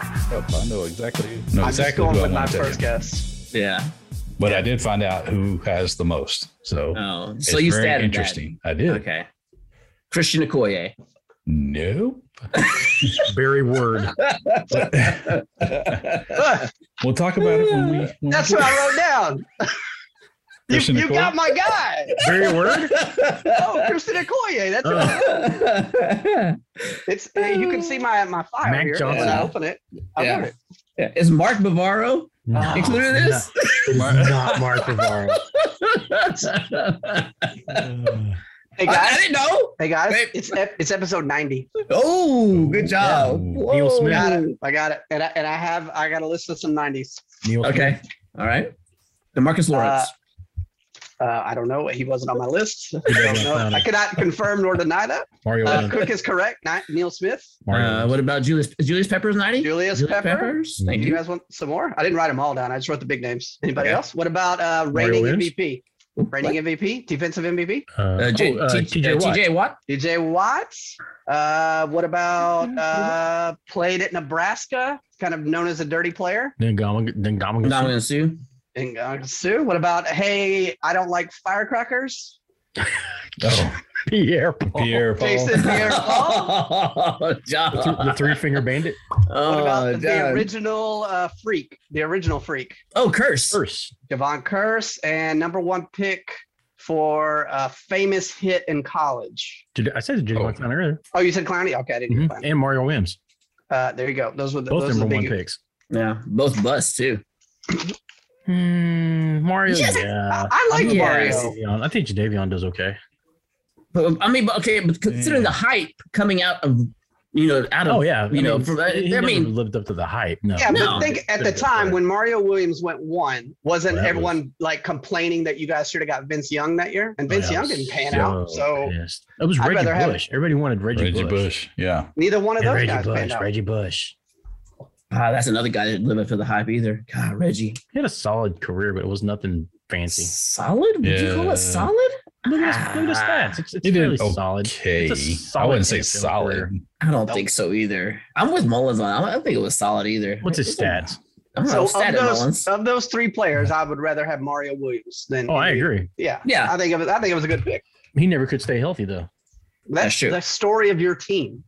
I know exactly. Know I'm exactly just who going I with my want to first take. guess. Yeah. But I did find out who has the most. So Oh, it's so you very stabbed interesting. I That. did. Okay. Christian Okoye. Nope. Barry Word. Look, We'll talk about it when we. When we that's get what I wrote down. you Christian you Okoye? got my guy. Barry Word? Oh, Kristen Okoye. That's Uh. Oh. it. It's you can see my my file Mac here Johnson. when I open it. I Yeah. wrote it. Uh, Yeah. Is Mark Bavaro No, included in this? it's not Mark Bavaro. Hey I, I guys, didn't know. hey guys, Wait. it's ep- it's episode ninety. Oh, good job. Ooh. Whoa. Neil Smith. Got it. I got it, and I, and I have I got a list of some nineties. Neil Okay. All right. Demarcus Lawrence. Uh, Uh, I don't know. He wasn't on my list. I, Yeah, don't yeah, know. found I cannot confirm nor deny that. Mario. Uh, Allen. Cook is correct. Ni- Neil Smith, Mario. uh, what about Julius? is Julius Peppers ninety? Julius Pepper. Do Thank you you. guys want some more? I didn't write them all down. I just wrote the big names. Anybody Okay. else? What about uh, Mario reigning Williams? MVP? Reigning MVP, defensive MVP, Uh, Uh, J- oh, uh, T- TJ uh, Watt. TJ Watt. DJ Watts. Uh, what about uh, played at Nebraska? Kind of known as a dirty player. Ngama- Ngama- Dominican Sue. And uh, Sue, what about hey, I don't like firecrackers? Oh, Pierre Paul. Pierre Paul. Jason Pierre Paul. The, th- the John. three finger bandit. What about Oh, the John. original uh, freak? The original freak, Oh, curse. Curse. Javon Curse, and number one pick for a famous hit in college. Did, I said Jimmy Oh. oh. earlier. Oh, you said Clowney? Okay, I didn't hear Mhm. Clowney. And Mario Williams. Uh, there you go. Those were the, Both those were the number one big. picks. Yeah, both busts too. Mm, Mario. Yes. I, Yeah. I like Yeah. Mario. Jadavion. I think Jadavion does okay. But I mean, but okay, but considering the hype coming out of you know out of Oh yeah, you know, for- he, he I never mean- lived up to the hype. No, Yeah, No. but think at the time when Mario Williams went one, wasn't Well, that everyone like complaining that you guys should have got Vince Young that year? Oh, And Vince Young didn't pan out. So it was I'd Reggie rather have- Bush. Everybody wanted Reggie, Reggie Bush. Bush. Yeah. neither one of And those Reggie guys panned Bush. out. Reggie Bush. Ah, that's another guy that didn't live up to the hype either. God, Reggie, He had a solid career, but it was nothing fancy. solid? Would you call Yeah. it solid? Look at his, look at his Ah. stats. It's, it's He did fairly solid. Okay. It's a solid I wouldn't say NFL solid. career. I don't Nope. think so either. I'm with Mullins on. I don't think it was solid either. What's his stats? I don't know. So stat of it, those, Mullins. of those three players, I would rather have Mario Williams than. Oh, I any- agree. Yeah, Yeah. I think it was. I think it was a good pick. He never could stay healthy though. That's, That's true. the story of your team.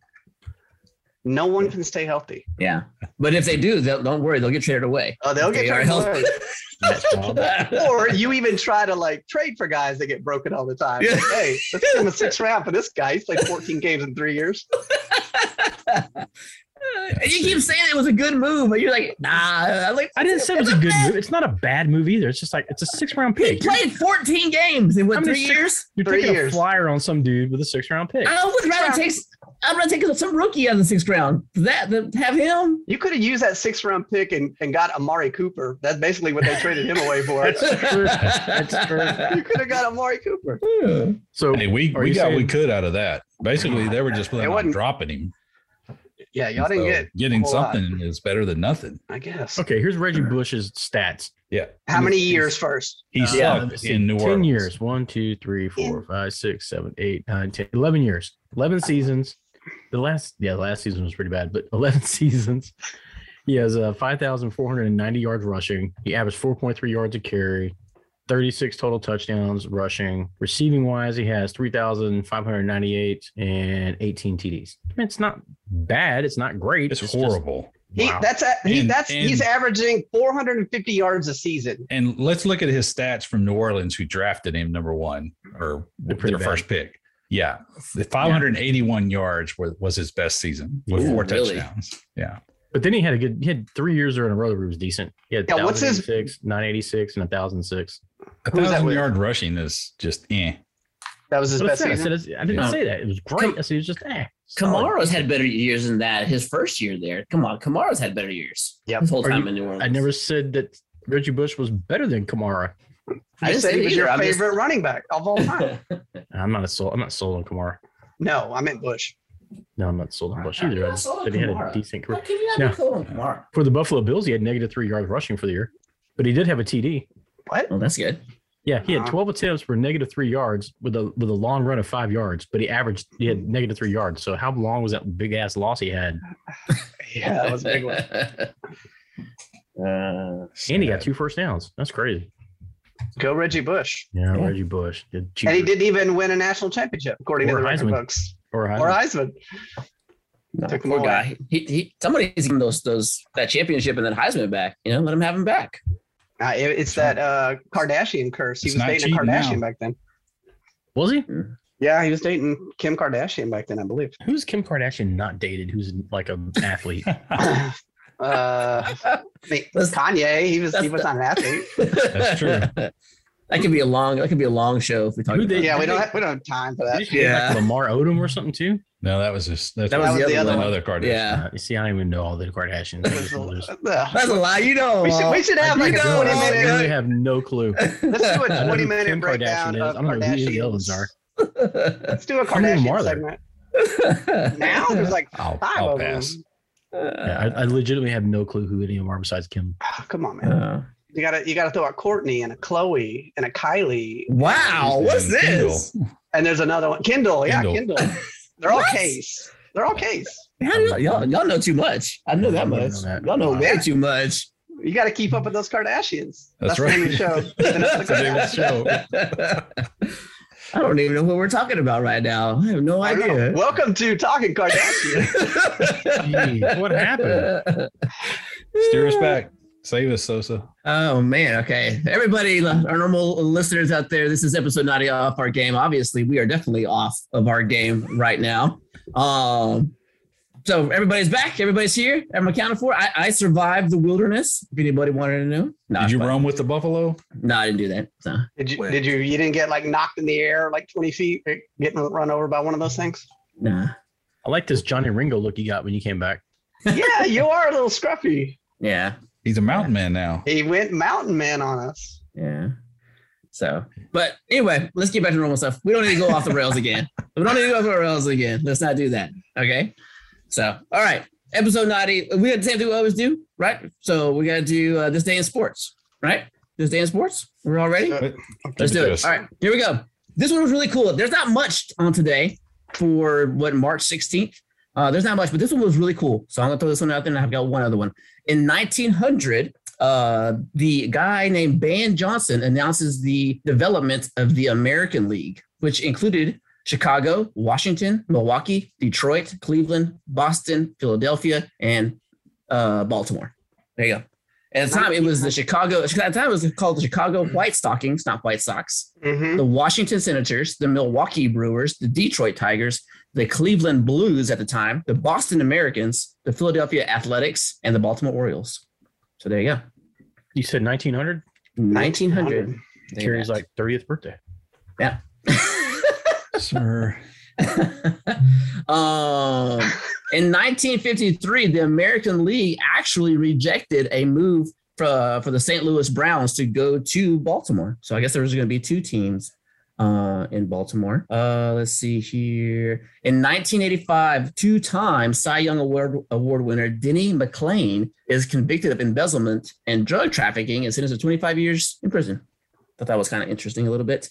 No one can stay healthy. Yeah, but if they do, they'll, don't worry. They'll get traded away. Oh, they'll get They are traded away. healthy. That's all. Or you even try to like trade for guys that get broken all the time. Yeah. Hey, let's give him a six round for this guy. He's played 14 games in three years. And you keep saying it was a good move, but you're like, nah. I like. I didn't say it was a good move. It's not a bad move either. It's just like it's a six round He pick. You're, played 14 games in what I'm three just- years? you're three taking years. a flyer on some dude with a six round pick. I would rather round. take. I'd rather take some rookie out of the sixth round. That than have him. You could have used that six round pick and, and got Amari Cooper. That's basically what they traded him away for. That's true. That's true. you could have got Amari Cooper. So Hey, we, Are we you got what we saying- could out of that. Basically, they were just planning on wasn't- dropping him. Yeah, y'all didn't So get, getting a whole lot. something is better than nothing. I guess. okay, here's Reggie Bush's stats. Yeah. How many years first? He Yeah, sucked let's see. in New 10 Orleans. years. One, two, three, four, five, six, seven, eight, nine, 10, 11 years. 11 seasons. The last, yeah, the last season was pretty bad, but 11 seasons. He has uh, 5,490 yards rushing. He averaged 4.3 yards a carry, 36 total touchdowns rushing. Receiving wise, he has 3,598 and 18 TDs. I mean, it's not bad. It's not great. It's just- horrible. He Wow. that's a, he And- that's he's and- averaging 450 yards a season. And let's look at his stats from New Orleans, who drafted him number one or They're pretty their bad. first pick. Yeah. 581 yards were, was his best season with Ooh, four really? touchdowns. Yeah. But then he had a good. He had three years in a row where he was decent. He had Yeah, what's his- 1,086, 986, and thousand six. A Who's that thousand with? yard rushing is just eh. That was his But I best said, I, said, season. it's- I didn't Yeah. say that. It was great. I said it was just eh. solid. Kamara's had better years than that. His first year there. Come on, Kamara's had better years. Yep. His whole Are time you- in New Orleans. I never said that Reggie Bush was better than Kamara. I I didn't said say he was your either. I'm just- favorite running back of all time. I'm not a sold. I'm not sold on Kamara. no, I meant Bush. No, I'm not sold on Bush I'm either. I not just sold on said he had a Kamara. decent How career can you not Yeah. be cold on Kamara? for the Buffalo Bills. He had negative three yards rushing for the year, but he did have a TD. What? Well, that's good. Yeah, he had Uh-huh. 12 attempts for negative three yards with a with a long run of five yards, but he averaged he had negative three yards. So how long was that big ass loss he had? Yeah, that was a big one. Uh, And he got two first downs. That's crazy. go Reggie Bush. Yeah, Yeah. Reggie Bush did And he cheaper- didn't even win a national championship, according Or to the record Heisman. books. or Heisman. Or Heisman. Took him Poor away. guy. He, he, somebody's giving those those that championship and then Heisman back. You know, let him have him back. Uh, it- it's that uh, Kardashian curse. He It's was not dating a cheating Kardashian now. back then. was he? Yeah, he was dating Kim Kardashian back then, I believe. Who's Kim Kardashian not dated? Who's like an athlete? uh, I mean, That's- Kanye, he was he that's was not an athlete. That's true. that could be a long. That could be a long show if we talk. Who about did- it. Yeah, we don't have, we don't have time for that. Did she have, like, Lamar Odom or something too? No, that was just that's That was the other one. another card. Yeah, Uh, you see, I don't even know all the Kardashians. I just- I just- that's a lie. You know, we should we should have I like a don't know, twenty know. I minute. really have no clue. uh, Let's do I a know twenty who minute Kim breakdown is. of I don't know who the Kardashians. others are. Let's do a How many Kardashian more are there? segment now. There's like I'll, 5 I'll of pass. them. Yeah, I, I legitimately have no clue who any of them are besides Kim. Ah, come on, man. Uh, You gotta you gotta throw out Courtney and a Chloe and a Kylie wow, what's He's been this? and there's another one. Kindle, yeah, Kendall. Kindle. They're all What? case. They're all case. How do y'all, y'all, y'all know too much. I know I that wouldn't much. know that. Y'all know way Yeah. too much. You got to keep up with those Kardashians. That's the name of the right. show. The Vanessa That's the name of Kardashian. the show. I don't even know what we're talking about right now. I have no I don't know. idea. Welcome to Talking Kardashian. Gee, what happened? Steer us back. Save us, Sosa. Oh man, okay. Everybody, uh, our normal listeners out there, this is episode 90 off our game. Obviously, we are definitely off of our game right now. Um, so everybody's back, everybody's here. I'm accounted for. I, I survived the wilderness. If anybody wanted to know, no, Did you but- roam with the buffalo? No, I didn't do that. So did you? Well. Did you? You didn't get like knocked in the air like twenty feet, eh, getting run over by one of those things? nah, I like this Johnny Ringo look you got when you came back. yeah, you are a little scruffy. yeah, He's a mountain man now. He went mountain man on us. yeah. So, but anyway, let's get back to normal stuff. We don't need to go off the rails again. We don't need to go off the rails again. Let's not do that. Okay. So, all right. Episode 90. We got the same thing we always do, right? So we got to do uh, this day in sports, right? This day in sports. We're all ready. Uh, Let's do it. Yes. All right, here we go. This one was really cool. There's not much on today for what March 16th. Uh, there's not much, but this one was really cool. So I'm gonna throw this one out there, and I've got one other one. In 1900, uh, the guy named Ban Johnson announces the development of the American League, which included Chicago, Washington, Milwaukee, Detroit, Cleveland, Boston, Philadelphia, and uh, Baltimore. There you go. At the time, it was the Chicago. At the time, it was called the Chicago White Stockings, not White Sox. mhm. The Washington Senators, the Milwaukee Brewers, the Detroit Tigers, the Cleveland Blues at the time, the Boston Americans, the Philadelphia Athletics, and the Baltimore Orioles. So there you go. You said 1900? 1900. Terry's like 30th birthday. Sir. um, in 1953, the American League actually rejected a move for, for the St. Louis Browns to go to Baltimore. So I guess there was going to be two teams uh, in Baltimore. Uh, let's see here. In 1985, two time Cy Young Award, Award winner Denny McClain is convicted of embezzlement and drug trafficking and sentenced to 25 years in prison. Thought that was kind of interesting a little bit.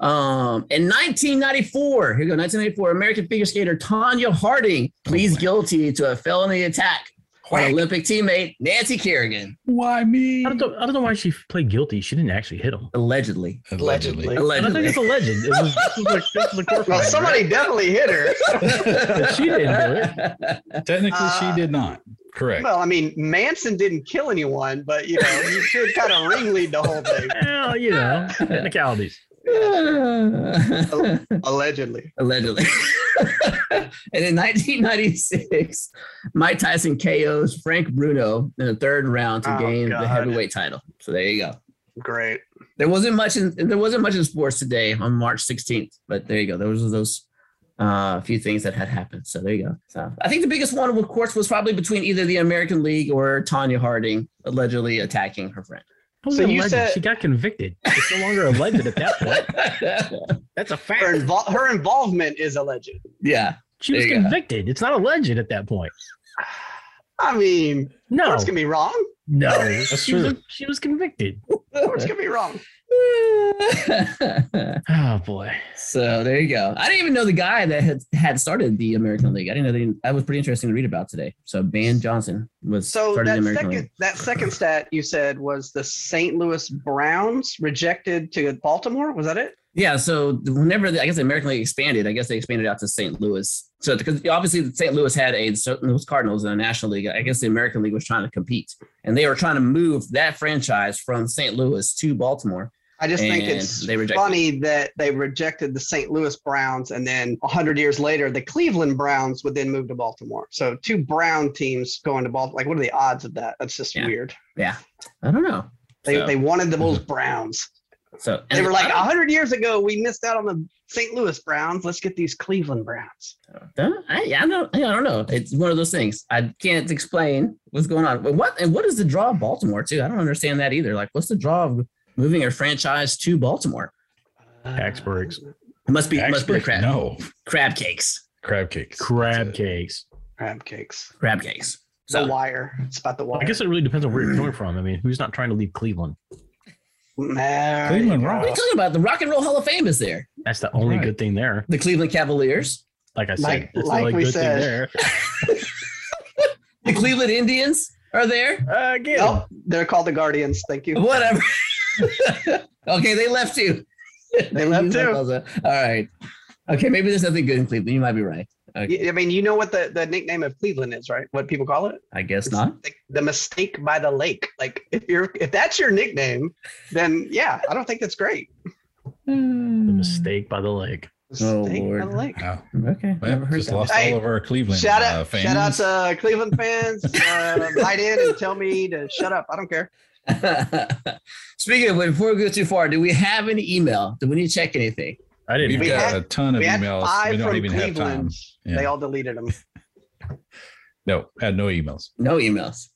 Um, in 1994, here we go, 1994, American figure skater Tanya Harding Oh, pleads guilty to a felony attack on Olympic teammate Nancy Kerrigan, Why me? I don't, know, I don't know why she played guilty. She didn't actually hit him. allegedly. Allegedly. Allegedly. I don't Allegedly. think it's a legend. It was, this was like, this was a court Well, fight, somebody definitely hit her. She didn't Technically, Uh, she did not. Correct. Well, I mean, Manson didn't kill anyone, but you know, you should kind of ringlead the whole thing, right? Well, you know, technicalities. allegedly. allegedly. and in 1996, Mike Tyson KOs Frank Bruno in the third round to Oh, gain the God. heavyweight title. So there you go. Great. There wasn't much in there wasn't much in sports today on March 16th, but there you go. Those are those uh, few things that had happened. So there you go. So I think the biggest one, of course, was probably between either the American League or Tanya Harding allegedly attacking her friend. It was So a you legend. said- she got convicted. It's no longer a legend at that point. That's a Her, fact. invol- her involvement is alleged. yeah. She was There you go. convicted. It's not a legend at that point. I mean, Oh. No, courts can be wrong. No, That's she, Was, she was convicted. Of course, could be wrong. Oh boy. so there you go. I didn't even know the guy that had, had started the American League. I didn't know they, that was pretty interesting to read about today. So Ben Johnson was So started the that American second League. that second stat you said was the St. Louis Browns rejected to Baltimore. Was that it? Yeah. So whenever the, I guess the American League expanded, I guess they expanded out to St. Louis. So because obviously St. Louis had a St. Louis Cardinals in the National League. I guess the American League was trying to compete, and they were trying to move that franchise from St. Louis to Baltimore. I just think And it's they rejected. funny that they rejected the St. Louis Browns, and then 100 years later, the Cleveland Browns would then move to Baltimore. So two Brown teams going to Baltimore. Like, what are the odds of that? That's just Yeah. weird. Yeah. I don't know. They, So- they wanted the Bulls Browns. So They were like, I 100 years ago, we missed out on the St. Louis Browns. Let's get these Cleveland Browns. don't, I, I don't, I don't know. It's one of those things. I can't explain what's going on. But what and what is the draw of Baltimore too? I don't understand that either. Like, what's the draw of moving a franchise to Baltimore? Tax Uh, breaks. It must be it must be the Actually, crab no crab cakes, crab cakes. Crab cakes. Crab cakes. crab cakes. The So wire. It's about the wire. I guess it really depends on where you're coming from. I mean, who's not trying to leave Cleveland? Nah, Cleveland what are you Rock. talking about? The Rock and Roll Hall of Fame is there. That's the only Right. good thing there. The Cleveland Cavaliers, Like I said, Like- that's the like only we good said. thing there. the Cleveland Indians are there. Uh, again, Nope, Oh, they're called the Guardians. Thank you. Whatever. okay, they left you. They left too. All right. Okay, maybe there's nothing good in Cleveland. You might be right. Okay. Y- I mean, you know what the, the nickname of Cleveland is, right? What people call it? I guess not. Like the mistake by the lake. Like if you're if that's your nickname, then yeah, I don't think that's great. the mistake by the lake. Oh, Mistake by Lord. the lake. Wow. Hmm, Okay. Well, never heard just that. lost Hey, all of our Cleveland Shout uh, out, fans. shout out to Cleveland fans. Uh, write in and tell me to shut up. I don't care. Speaking of, before we go too far, do we have an email? Do we need to check anything? I didn't. We've We got had- a ton of we had emails. five We don't from even have time. Cleveland. Yeah. They all deleted them. No, had no emails. No emails.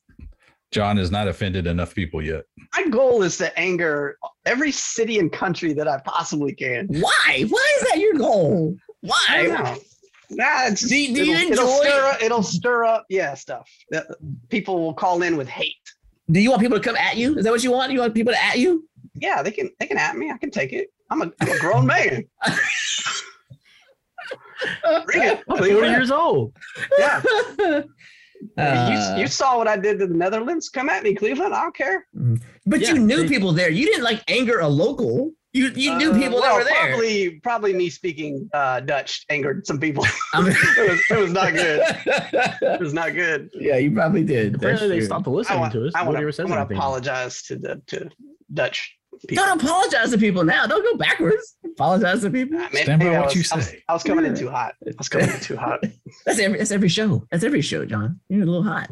John has not offended enough people yet. My goal is to anger every city and country that I possibly can. Why? Why is that your goal? I don't Why? know. Nah, it's Do, do you it'll, it'll enjoy? stir up, it'll stir up, yeah, stuff. That- People will call in with hate. Do you want people to come at you? Is that what you want? You want people to at you? Yeah, they can they can at me. I can take it. I'm a, I'm a grown man. Bring it. I'm 40 years old. Yeah. Uh, you, you saw what I did to the Netherlands. Come at me, Cleveland. I don't care. but Yeah, you knew they- people there. You didn't like anger a local. You you knew Uh, people that well, were there. Probably, probably me speaking uh, Dutch angered some people. I mean- it, was, it was not good. It was not good. yeah, you probably did. That's Apparently, they true. stopped I listening want, to us. I want Nobody ever to, says I want to anything. apologize to the to Dutch people. Don't apologize to people now. Don't go backwards. Apologize to people. I mean, Stand by Uh, maybe I what was- you I was- say. I was coming in Yeah. too hot. I was coming in too hot. That's every that's every show. That's every show, John. You're a little hot.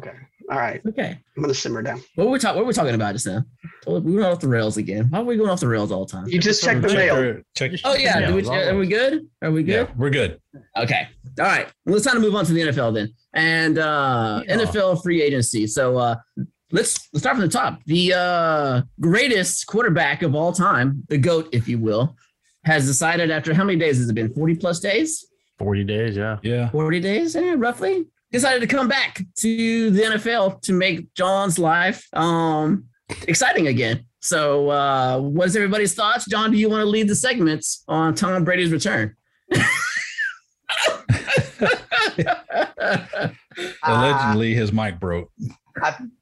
All right, Okay. I'm gonna simmer down. What were we talking? What were we talking about just now? We went off the rails again. Why are we going off the rails all the time? You just check the Check mail. our- check- Just- Oh yeah. Yeah, Do we, as are we always. good? Are we yeah, good? we're good. Okay. All right. Well, it's time to move on to the NFL then, and uh, Yeah. NFL free agency. So uh, let's let's start from the top. The uh, greatest quarterback of all time, the goat, if you will, has decided after how many days has it been? Forty plus days. 40 days. Yeah. Yeah. 40 days, eh, roughly, decided to come back to the NFL to make John's life um, exciting again. So, uh, what is everybody's thoughts? John, do you want to lead the segments on Tom Brady's return? Uh, Allegedly, his mic broke.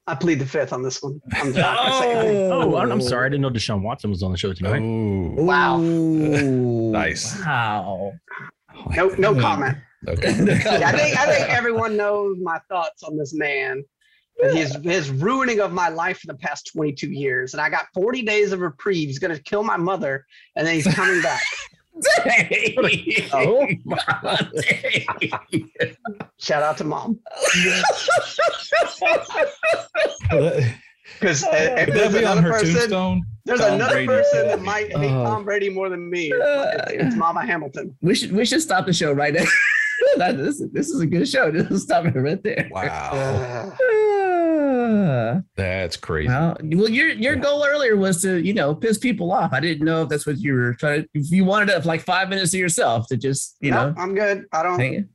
I plead the fifth on this one. I'm not gonna say anything. Oh, I'm, I'm sorry. I didn't know Deshaun Watson was on the show tonight. Oh, Wow. Ooh, Nice. Wow. No, no comment. Okay. I think I think everyone knows my thoughts on this man. And his his ruining of my life for the past 22 years, and I got 40 days of reprieve. He's gonna kill my mother, and then he's coming back. Dang. Oh, Dang. Shout out to mom, That- because Could if that uh, there's be on another her person, tombstone? there's Tom another Brady. Uh. person that might hate Oh. Tom Brady more than me. It's, it's Mama Hamilton. we should we should stop the show right now. That- this, this is a good show. Just stop it right there. Wow. Uh, Ah. That's crazy. Well, well, your your goal earlier was to you know piss people off. I didn't know if that's what you were trying. If you wanted to have like five minutes to yourself to just you no, know, I'm good. I don't. hang-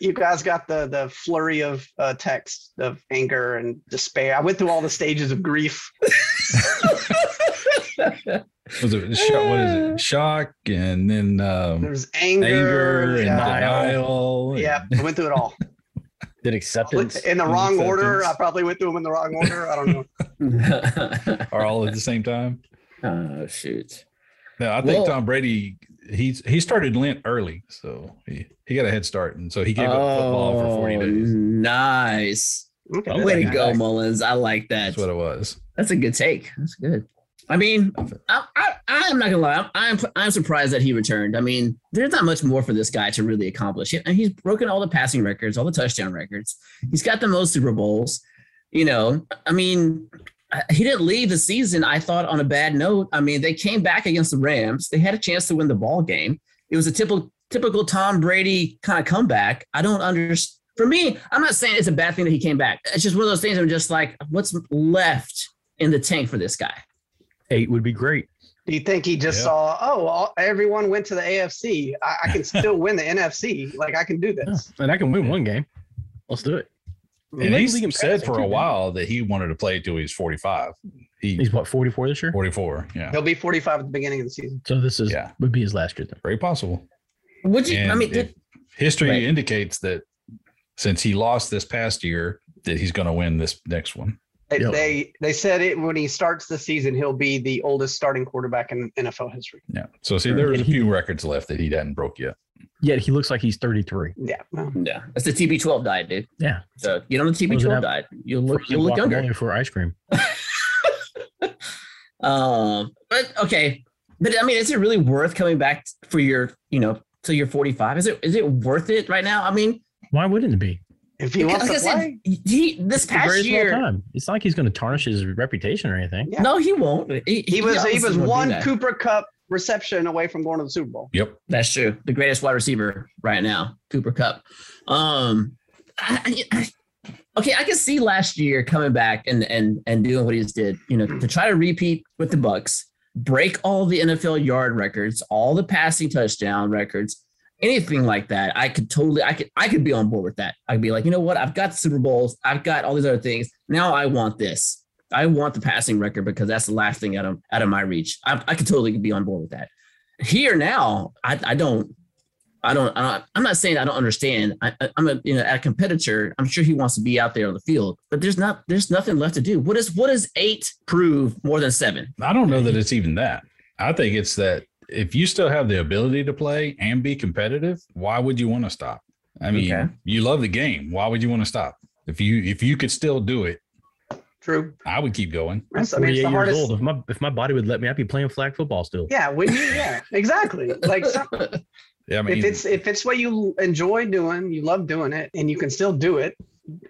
you guys got the the flurry of uh, text of anger and despair. I went through all the stages of grief. Was it sho- what is uh, it? Shock and then There um, was anger, anger and yeah, denial. and- yeah, I went through it all Did acceptance in the wrong order. I Acceptance. probably went through them in the wrong order. I don't know. Are all at the same time? oh shoot! No, I think Well- Tom Brady. He's he started Lent early, so he, he got a head start, and so he gave up football for forty Oh, days. Nice. Okay. Oh, Way to nice. go, Mullins. I like that. That's what it was. That's a good take. That's good. I mean, I, I, I'm not gonna lie. I'm, I'm I'm surprised that he returned. I mean, there's not much more for this guy to really accomplish. And he's broken all the passing records, all the touchdown records. He's got the most Super Bowls. You know, I mean, I- he didn't leave the season. I thought on a bad note. I mean, they came back against the Rams. They had a chance to win the ball game. It was a typical typical Tom Brady kind of comeback. I don't understand. For me, I'm not saying it's a bad thing that he came back. It's just one of those things. I'm just like, what's left in the tank for this guy? eight would be great. Do you think he just Yeah. saw? Oh, all, everyone went to the AFC. I, I can still win the NFC. Like I can do Yeah. this. And I can win one game. Let's do it. And Maybe he we can said pass for it a too, while that he wanted to play till he's forty-five. He He's what 44 this year. forty-four. Yeah, He'll be 45 at the beginning of the season. So this is Yeah. would be his last year then. very possible. Would you? I And mean, if- history Right. indicates that since he lost this past year, that he's going to win this next one. They, Yeah. they they said it when he starts the season, he'll be the oldest starting quarterback in NFL history. Yeah. So see, there's a He- few records left that he hadn't broke yet. Yet he looks like he's 33. Yeah. no. yeah, that's the TB12 diet, dude. Yeah. So get on the Wasn't TB12 that- diet. You'll look, Frozen you'll look younger. guacamole for ice cream. Um, but okay, but I mean, is it really worth coming back for your, you know, till you're 45? Is it is it worth it right now? I mean, Why wouldn't it be? If he wants like I to said, play, he this It's the past greatest of all year. time. It's not like he's going to tarnish his reputation or anything. Yeah. No, he won't. he was he obviously was won't do one that. Cooper Cup reception away from going to the Super Bowl. Yep. That's true. The greatest wide receiver right now, Cooper Cup. Um, I, I, I- okay, I can see last year coming back and and and doing what he just did. You know, to try to repeat with the Bucks, break all the NFL yard records, all the passing touchdown records, anything like that. I could totally, I could, I could be on board with that. I'd be like, you know what? I've got Super Bowls. I've got all these other things. Now I want this. I want the passing record because that's the last thing out of out of my reach. I, I could totally be on board with that here now i i don't i don't I don't- i'm not saying i don't understand I, I- i'm a you know a competitor i'm sure he wants to be out there on the field but there's not there's nothing left to do what is what does eight prove more than seven I don't know that it's even that. I think it's that if you still have the ability to play and be competitive, why would you want to stop? I mean, Okay. you love the game. Why would you want to stop? If you if you could still do it, True. I would keep going. I'm I mean, it's 48 the years hardest. old. If my if my body would let me, I'd be playing flag football still. Yeah, when you, yeah, exactly. Like some- Yeah, I mean, if it's if it's what you enjoy doing, you love doing it, and you can still do it.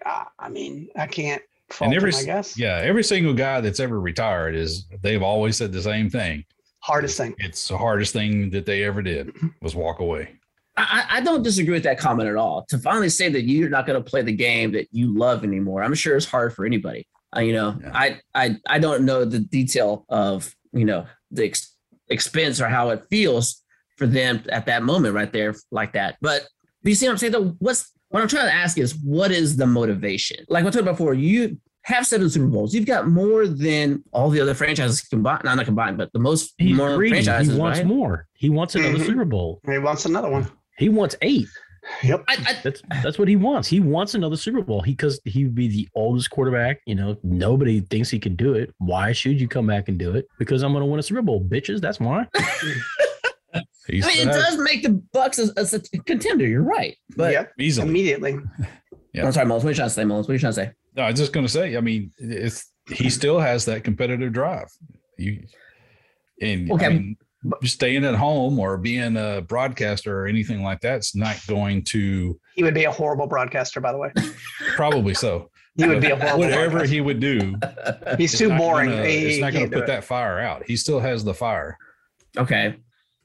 I, I mean, I can't fault every him. I s- guess yeah, every single guy that's ever retired is they've always said the same thing. hardest thing. It's the hardest thing that they ever did was walk away. I, I I don't disagree with that comment at all. To finally say that you're not going to play the game that you love anymore, I'm sure it's hard for anybody. Uh, you know, Yeah. I, I I don't know the detail of you know the ex- expense or how it feels for them at that moment right there like that. But you see what I'm saying though? What's what I'm trying to ask is what is the motivation? Like I talked about before, you have seven Super Bowls. You've got more than all the other franchises combined. Not not combined, but the most He's more greedy. franchises. He wants right? more. He wants another Mhm. Super Bowl. He wants another one. He wants eight. Yep. I, I, That's that's what he wants. He wants another Super Bowl. He because he would be the oldest quarterback. You know, nobody thinks he could do it. Why should you come back and do it? Because I'm gonna win a Super Bowl, bitches. That's why. He's I mean, it does make the Bucks a, a, a contender. You're right, but yep. easily. Immediately. Yeah. I'm sorry, Mullins. What are you trying to say, Mullins? What are you trying to say? No, I was just going to say. I mean, it's he still has that competitive drive. You and Okay. I mean, staying at home or being a broadcaster or anything like that's not going to He would be a horrible broadcaster, by the way. probably so. He would be a horrible whatever broadcaster. he would do. He's it's too not boring. gonna- uh, He- it's he not going can't to do put it. that fire out. He still has the fire. Okay,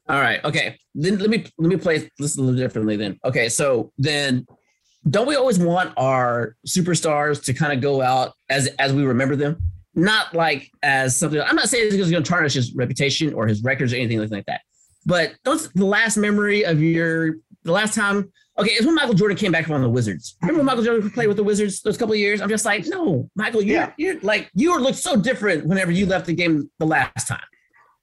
all right, okay. Then let me let me play this a little differently. Then okay, so then don't we always want our superstars to kind of go out as as we remember them, not like as something? I'm not saying this is going to tarnish his reputation or his records or anything like that. But don't the last memory of your the last time, okay, it's when Michael Jordan came back from the Wizards. Remember when Michael Jordan played with the Wizards those couple of years? I'm just like, no, Michael, you're, Yeah. you're like, you looked so different whenever you left the game the last time.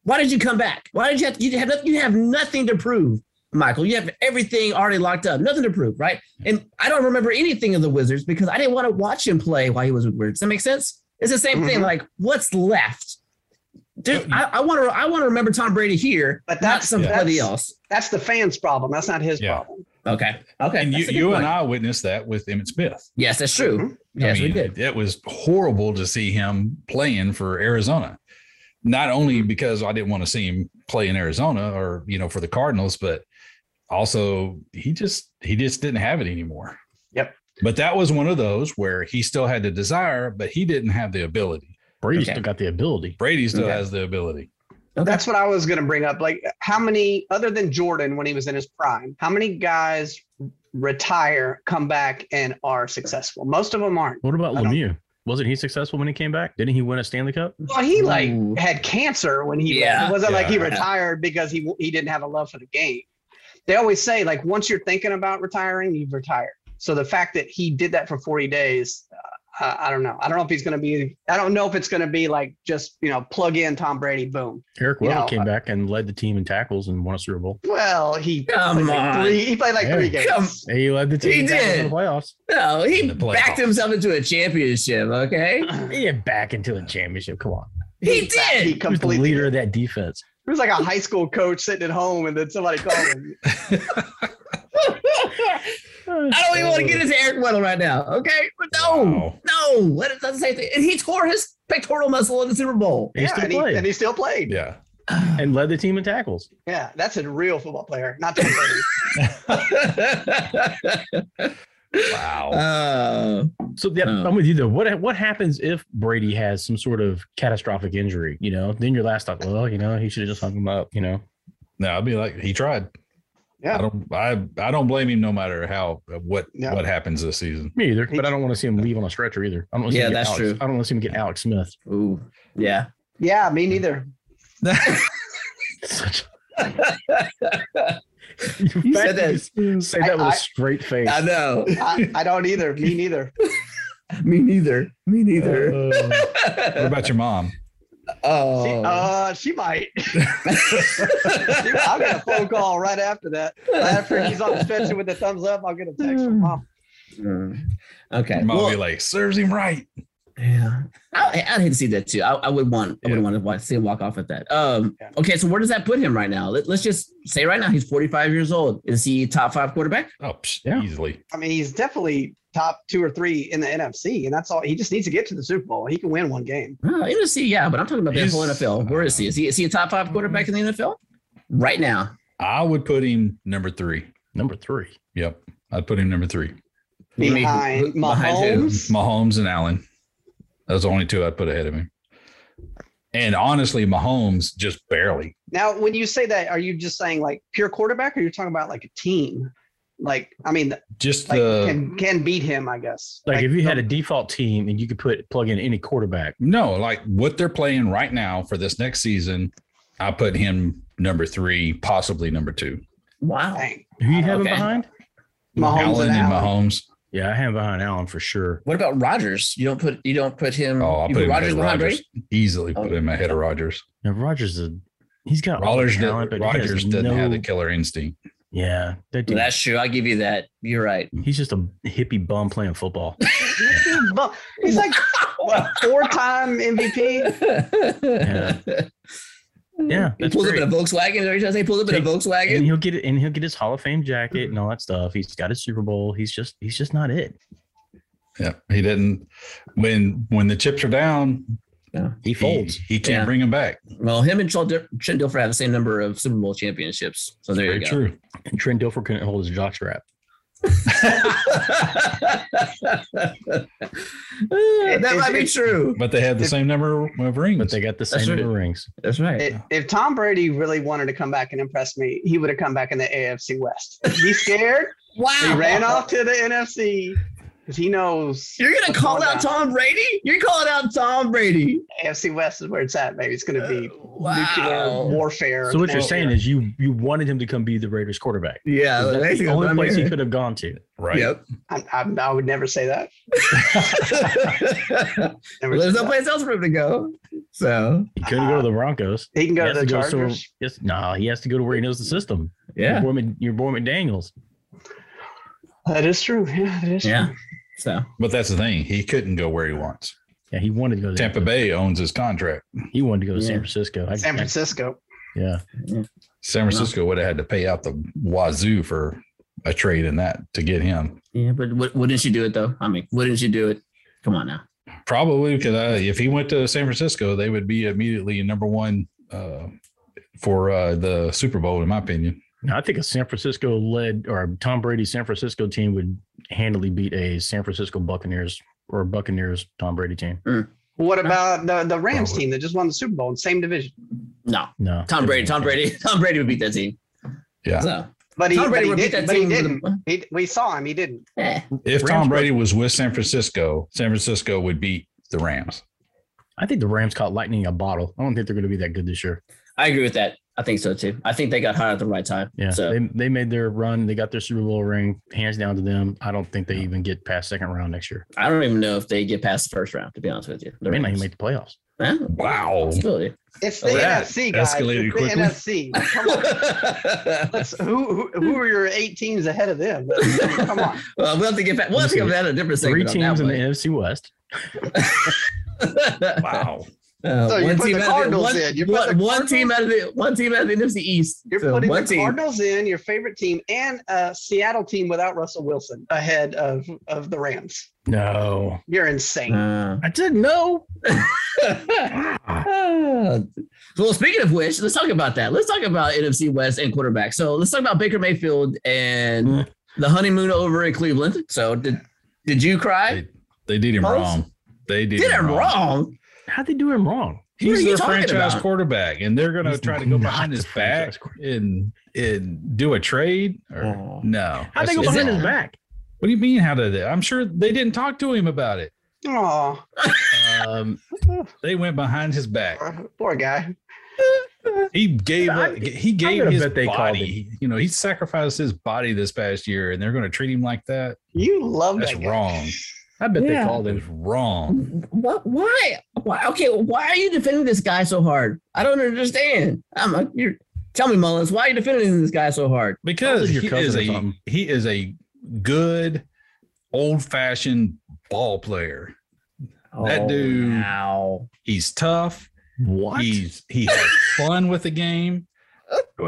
Why did you come back? Why did you have, you have, nothing, you have nothing to prove, Michael? You have everything already locked up, nothing to prove, right? And I don't remember anything of the Wizards because I didn't want to watch him play while he was with Wizards. Does that make sense? It's the same Mm-hmm. thing. Mhm. Like, what's left? Dude, Yeah. I want to. I want to remember Tom Brady here, But not that's- somebody that's- else. That's the fans' problem. That's not his Yeah. problem. Okay. Okay. And you, that's a good you and point. I witnessed that with Emmett Smith. Yes, that's true. Mhm. Yes, I mean, we did. It was horrible to see him playing for Arizona. Not only because I didn't want to see him play in Arizona or you know for the Cardinals, but also he just he just didn't have it anymore. Yep. But that was one of those where he still had the desire, but he didn't have the ability. Brady Okay. still got the ability. Brady still Okay. has the ability. Okay. That's what I was going to bring up. Like, how many, other than Jordan when he was in his prime, how many guys retire, come back, and are successful? Most of them aren't. What about I don't- Lemieux? Wasn't he successful when he came back? Didn't he win a Stanley Cup? Well, he like Ooh. had cancer when he Yeah. it wasn't like he Yeah. retired because he he didn't have a love for the game. They always say like once you're thinking about retiring, you've retired. So the fact that he did that for 40 days, uh, I- I don't know. I don't know if he's going to be. I don't know if it's going to be like just you know plug in Tom Brady, boom. Eric Weddle No. came back and led the team in tackles and won a Super Bowl. Well, he Come played like on. three. He played like Yeah. three games. Come- He led the team. He in tackles did. in the playoffs. No, he In the playoffs. backed himself into a championship. Okay. Yeah, back into the championship. Come on, He He did. he was the completely. leader It of that defense. was like a high school coach sitting at home, and then somebody called him. Uh, I don't even want to get into Eric Weddle right now. Okay. But no, Wow. no, let it doesn't say thing. And he tore his pectoral muscle in the Super Bowl. He Yeah, still and, he, played and he still played. Yeah, Yeah. and led the team in tackles. that's a real football player, not Tom Brady. Wow. Uh, So yeah, Oh. I'm with you though. What what happens if Brady has some sort of catastrophic injury? You know, then your last thought, well, you know, he should have just hung him up. You know, No, I'd be like, he tried. Yeah. I don't I I don't blame him no matter how what Yeah. what happens this season. me either. But I don't want to see him leave on a stretcher either. I don't. Want to Yeah, see him get that's Alex- true. I don't want to see him get Alex Smith. ooh. Yeah. Yeah, me neither. Such. You said that. Say that with I- a I- straight face. I know. I, I don't either. Me neither. Me neither. Me neither. Uh, What about your mom? She, oh. uh, she might. She- I'll get a phone call right after that. Right after he's on the stretcher with the thumbs up, I'll get a text from mom. Mm. Okay. Your mom Well, would be like, serves him right. Yeah, I, I'd hate to see that too. I, I would want, I Yeah. would want to watch, see him walk off with that. Um, Yeah. okay, so where does that put him right now? Let, us just say right now he's 45 years old. Is he top five quarterback? Oh, psh, Yeah. easily. I mean, he's definitely top two or three in the NFC, and that's all. He just needs to get to the Super Bowl. He can win one game. Oh, NFC, yeah, but I'm talking about the He's- whole NFL. Where is he? Is he is he a top five quarterback in the NFL right now? I would put him number three. number three. Yep. I'd put him number three. You mean Behind who- behind who? Mahomes. Mahomes and Allen. Those are the only two I'd put ahead of him. And honestly, Mahomes just barely. Now, when you say that, are you just saying like pure quarterback, or you're talking about like a team? Like, I mean, Just like the can can beat him, I guess. Like, if you had a default team and you could put plug in any quarterback, no, like what they're playing right now for this next season. I put him number three, possibly number two. Wow. dang, who you have him Okay. behind? Mahomes Allen and and Allen. Mahomes. Yeah, I have him behind Allen for sure. What about Rodgers? You don't put you don't put him. Oh, I'll you put him ahead Rodgers of behind Rodgers. Brady? Easily put Oh. him ahead of Rogers. Now Rogers is a he's got all the Rogers talent, didn't, Oh, but he has Rogers didn't no- have the killer instinct. Yeah, that dude. That's true. I give you that. You're right. he's just a hippie bum playing football. But He's like what, four-time MVP. yeah. Yeah, He that's pulls great. up in a Volkswagen. Every time he pulls up in Take- a Volkswagen. and he'll get it, and he'll get his Hall of Fame jacket and all that stuff. He's got his Super Bowl. He's just he's just not it. Yeah, he didn't. When when the chips are down, Yeah. he folds. He, can't Yeah. bring them back. Well, him and Trent Dil- Trent Dilfer have the same number of Super Bowl championships. So there Very you go. true. And Trent Dilfer couldn't hold his jock strap. that might be true. But they had the same number of rings. But they got the That's same right. number of rings. That's right. If- if Tom Brady really wanted to come back and impress me, he would have come back in the AFC West. He's scared. Wow. He ran off to the NFC. because he knows You're gonna what's call going out Tom Brady? You're calling out Tom Brady? Uh, AFC West is where it's at, baby. It's going to be nuclear Wow. warfare. So what you're Well, saying is you you wanted him to come be the Raiders quarterback. Yeah, That's basically the what only I'm place he hearing. could have gone to. right? Yep. I, I, I would never say that. Never Well, there's say no that. place else for him to go. So He couldn't go to the Broncos. He can go He to has the to go to Chargers. yes, nah, he has to go to where he knows the system. yeah, Your boy, Mc- your boy McDaniels. that is true. Yeah, that is yeah. true. So But that's the thing; he couldn't go where he wants. Yeah, he wanted to go to Tampa Bay owns his contract. He wanted to go to Yeah. San Francisco. I- San I- Francisco. yeah. San Francisco would have had to pay out the wazoo for a trade in that to get him. yeah, but w- wouldn't you do it though? I mean, wouldn't you do it? Come on now. Probably because uh, if he went to San Francisco, they would be immediately number one uh, for uh, the Super Bowl, in my opinion. No, I think a San Francisco led or a Tom Brady San Francisco team would handily beat a San Francisco Buccaneers or Buccaneers Tom Brady team. What about the, the Rams Oh. Probably. team that just won the Super Bowl in the same division? No, No. Tom Brady. Tom Brady. Tom Brady would beat that team. Yeah. So, But he, Tom but Brady he would beat didn't. that But he team. with didn't. a- He, we saw him. He didn't. eh. If Rams Tom pro- Brady was with San Francisco, San Francisco would beat the Rams. I think the Rams caught lightning in a bottle. I don't think they're going to be that good this year. I agree with that. I think so too. I think they got hot at the right time. Yeah. So They, they made their run. They got their Super Bowl ring hands down to them. I don't think they even get past second round next year. I don't even know if they get past the first round. To be honest with you, the They may not Rams. even make the playoffs. Eh, Wow. possibility. It's the Oh, that NFC guys. escalated It's quickly. the NFC. Come on. Let's, who, who who are your eight teams ahead of them? Come on. well, we'll have to get back. We'll have to get that a different Three segment. teams in the NFC West. the Wow. Uh, So you're one putting team the out of the, Cardinals one, in. You're one- putting the one team out of the one team out of the NFC East. You're So putting one the team. Cardinals in, your favorite team, and a Seattle team without Russell Wilson ahead of, of the Rams. No. You're insane. Uh, I didn't know. Ah. well, speaking of which, let's talk about that. Let's talk about NFC West and quarterback. So let's talk about Baker Mayfield Mm. and the honeymoon over in Cleveland. So did did you cry? They, they did him Both? wrong. They did, Did it him wrong. wrong. How'd they do him wrong? What are He's you their talking franchise about? quarterback, and they're going to He's try to go not behind the his back franchise quarterback. and and do a trade. Or, Oh. No, How'd they that's go just behind wrong. his back? What do you mean? How did they? I'm sure they didn't talk to him about it. Oh, Um, They went behind his back. poor guy. He gave I- up, he I'm gave gonna his bet they called body. You know, he sacrificed his body this past year, and they're going to treat him like that. You love That's that guy. wrong. I bet Yeah. they All called that is him. wrong. What? Why? Why? Okay. Why are you defending this guy so hard? I don't understand. I'm like, you're, tell me, Mullins, why are you defending this guy so hard? Because Sounds like he your cousin is or a something. he is a good old fashioned ball player. That dude- Wow. He's tough. Oh, What? He's he has fun with the game.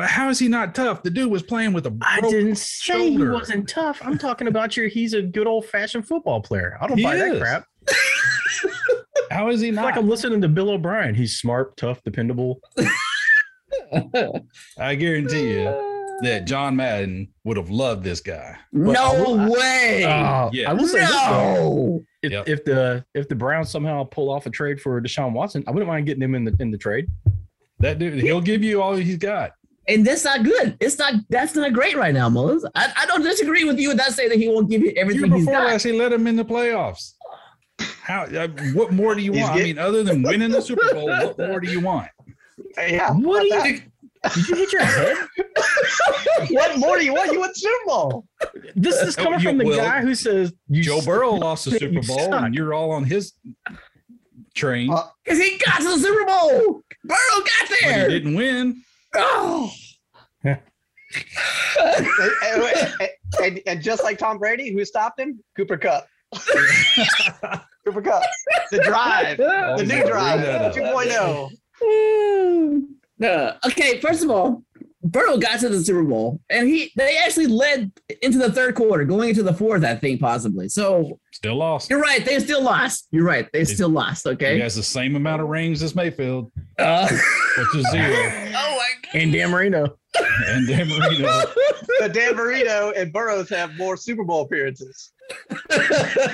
How is he not tough? The dude was playing with a I broken didn't say shoulder. he wasn't tough. I'm talking about your he's a good old fashioned football player. I don't He buy is. that crap. How is he It's not? like I'm listening to Bill O'Brien. He's smart, tough, dependable. I guarantee you that John Madden would have loved this guy. No I will- I- way. Uh, yeah. I will say this, though. no. if, Yep. if the if the Browns somehow pull off a trade for Deshaun Watson, I wouldn't mind getting him in the in the trade. That dude, he'll give you all he's got. And that's not good. It's not. That's not great right now, Mullins. I, I don't disagree with you. in That saying that he won't give you Year everything he's before got. last, he let him in the playoffs. How? uh, What more do you He's want? I getting- mean, other than winning the Super Bowl, what more do you want? Yeah. What do about you Did you hit your head? that? What more do you want? You won Super Bowl. This is Oh, coming you- from the well, guy who says you Joe suck. Burrow lost the You Super Bowl, suck. and you're all on his train, Uh, Because he got to the Super Bowl. Burrow got but he there. didn't win. Oh. and, and- and- and just like Tom Brady, who stopped him? Cooper Cup. Cooper Cup. The drive. Oh, yeah, The new bring that drive. oh. up. oh. 2.0. Uh, okay, first of all, Burrow got to the Super Bowl, and he they actually led into the third quarter, going into the fourth, I think possibly. So Still lost. you're right, they still lost. You're right, they still lost. He Okay. has the same amount of rings as Mayfield, Uh, which is zero. oh and Dan Marino. and Dan Marino, The Dan Burrito and Burrows have more Super Bowl appearances. my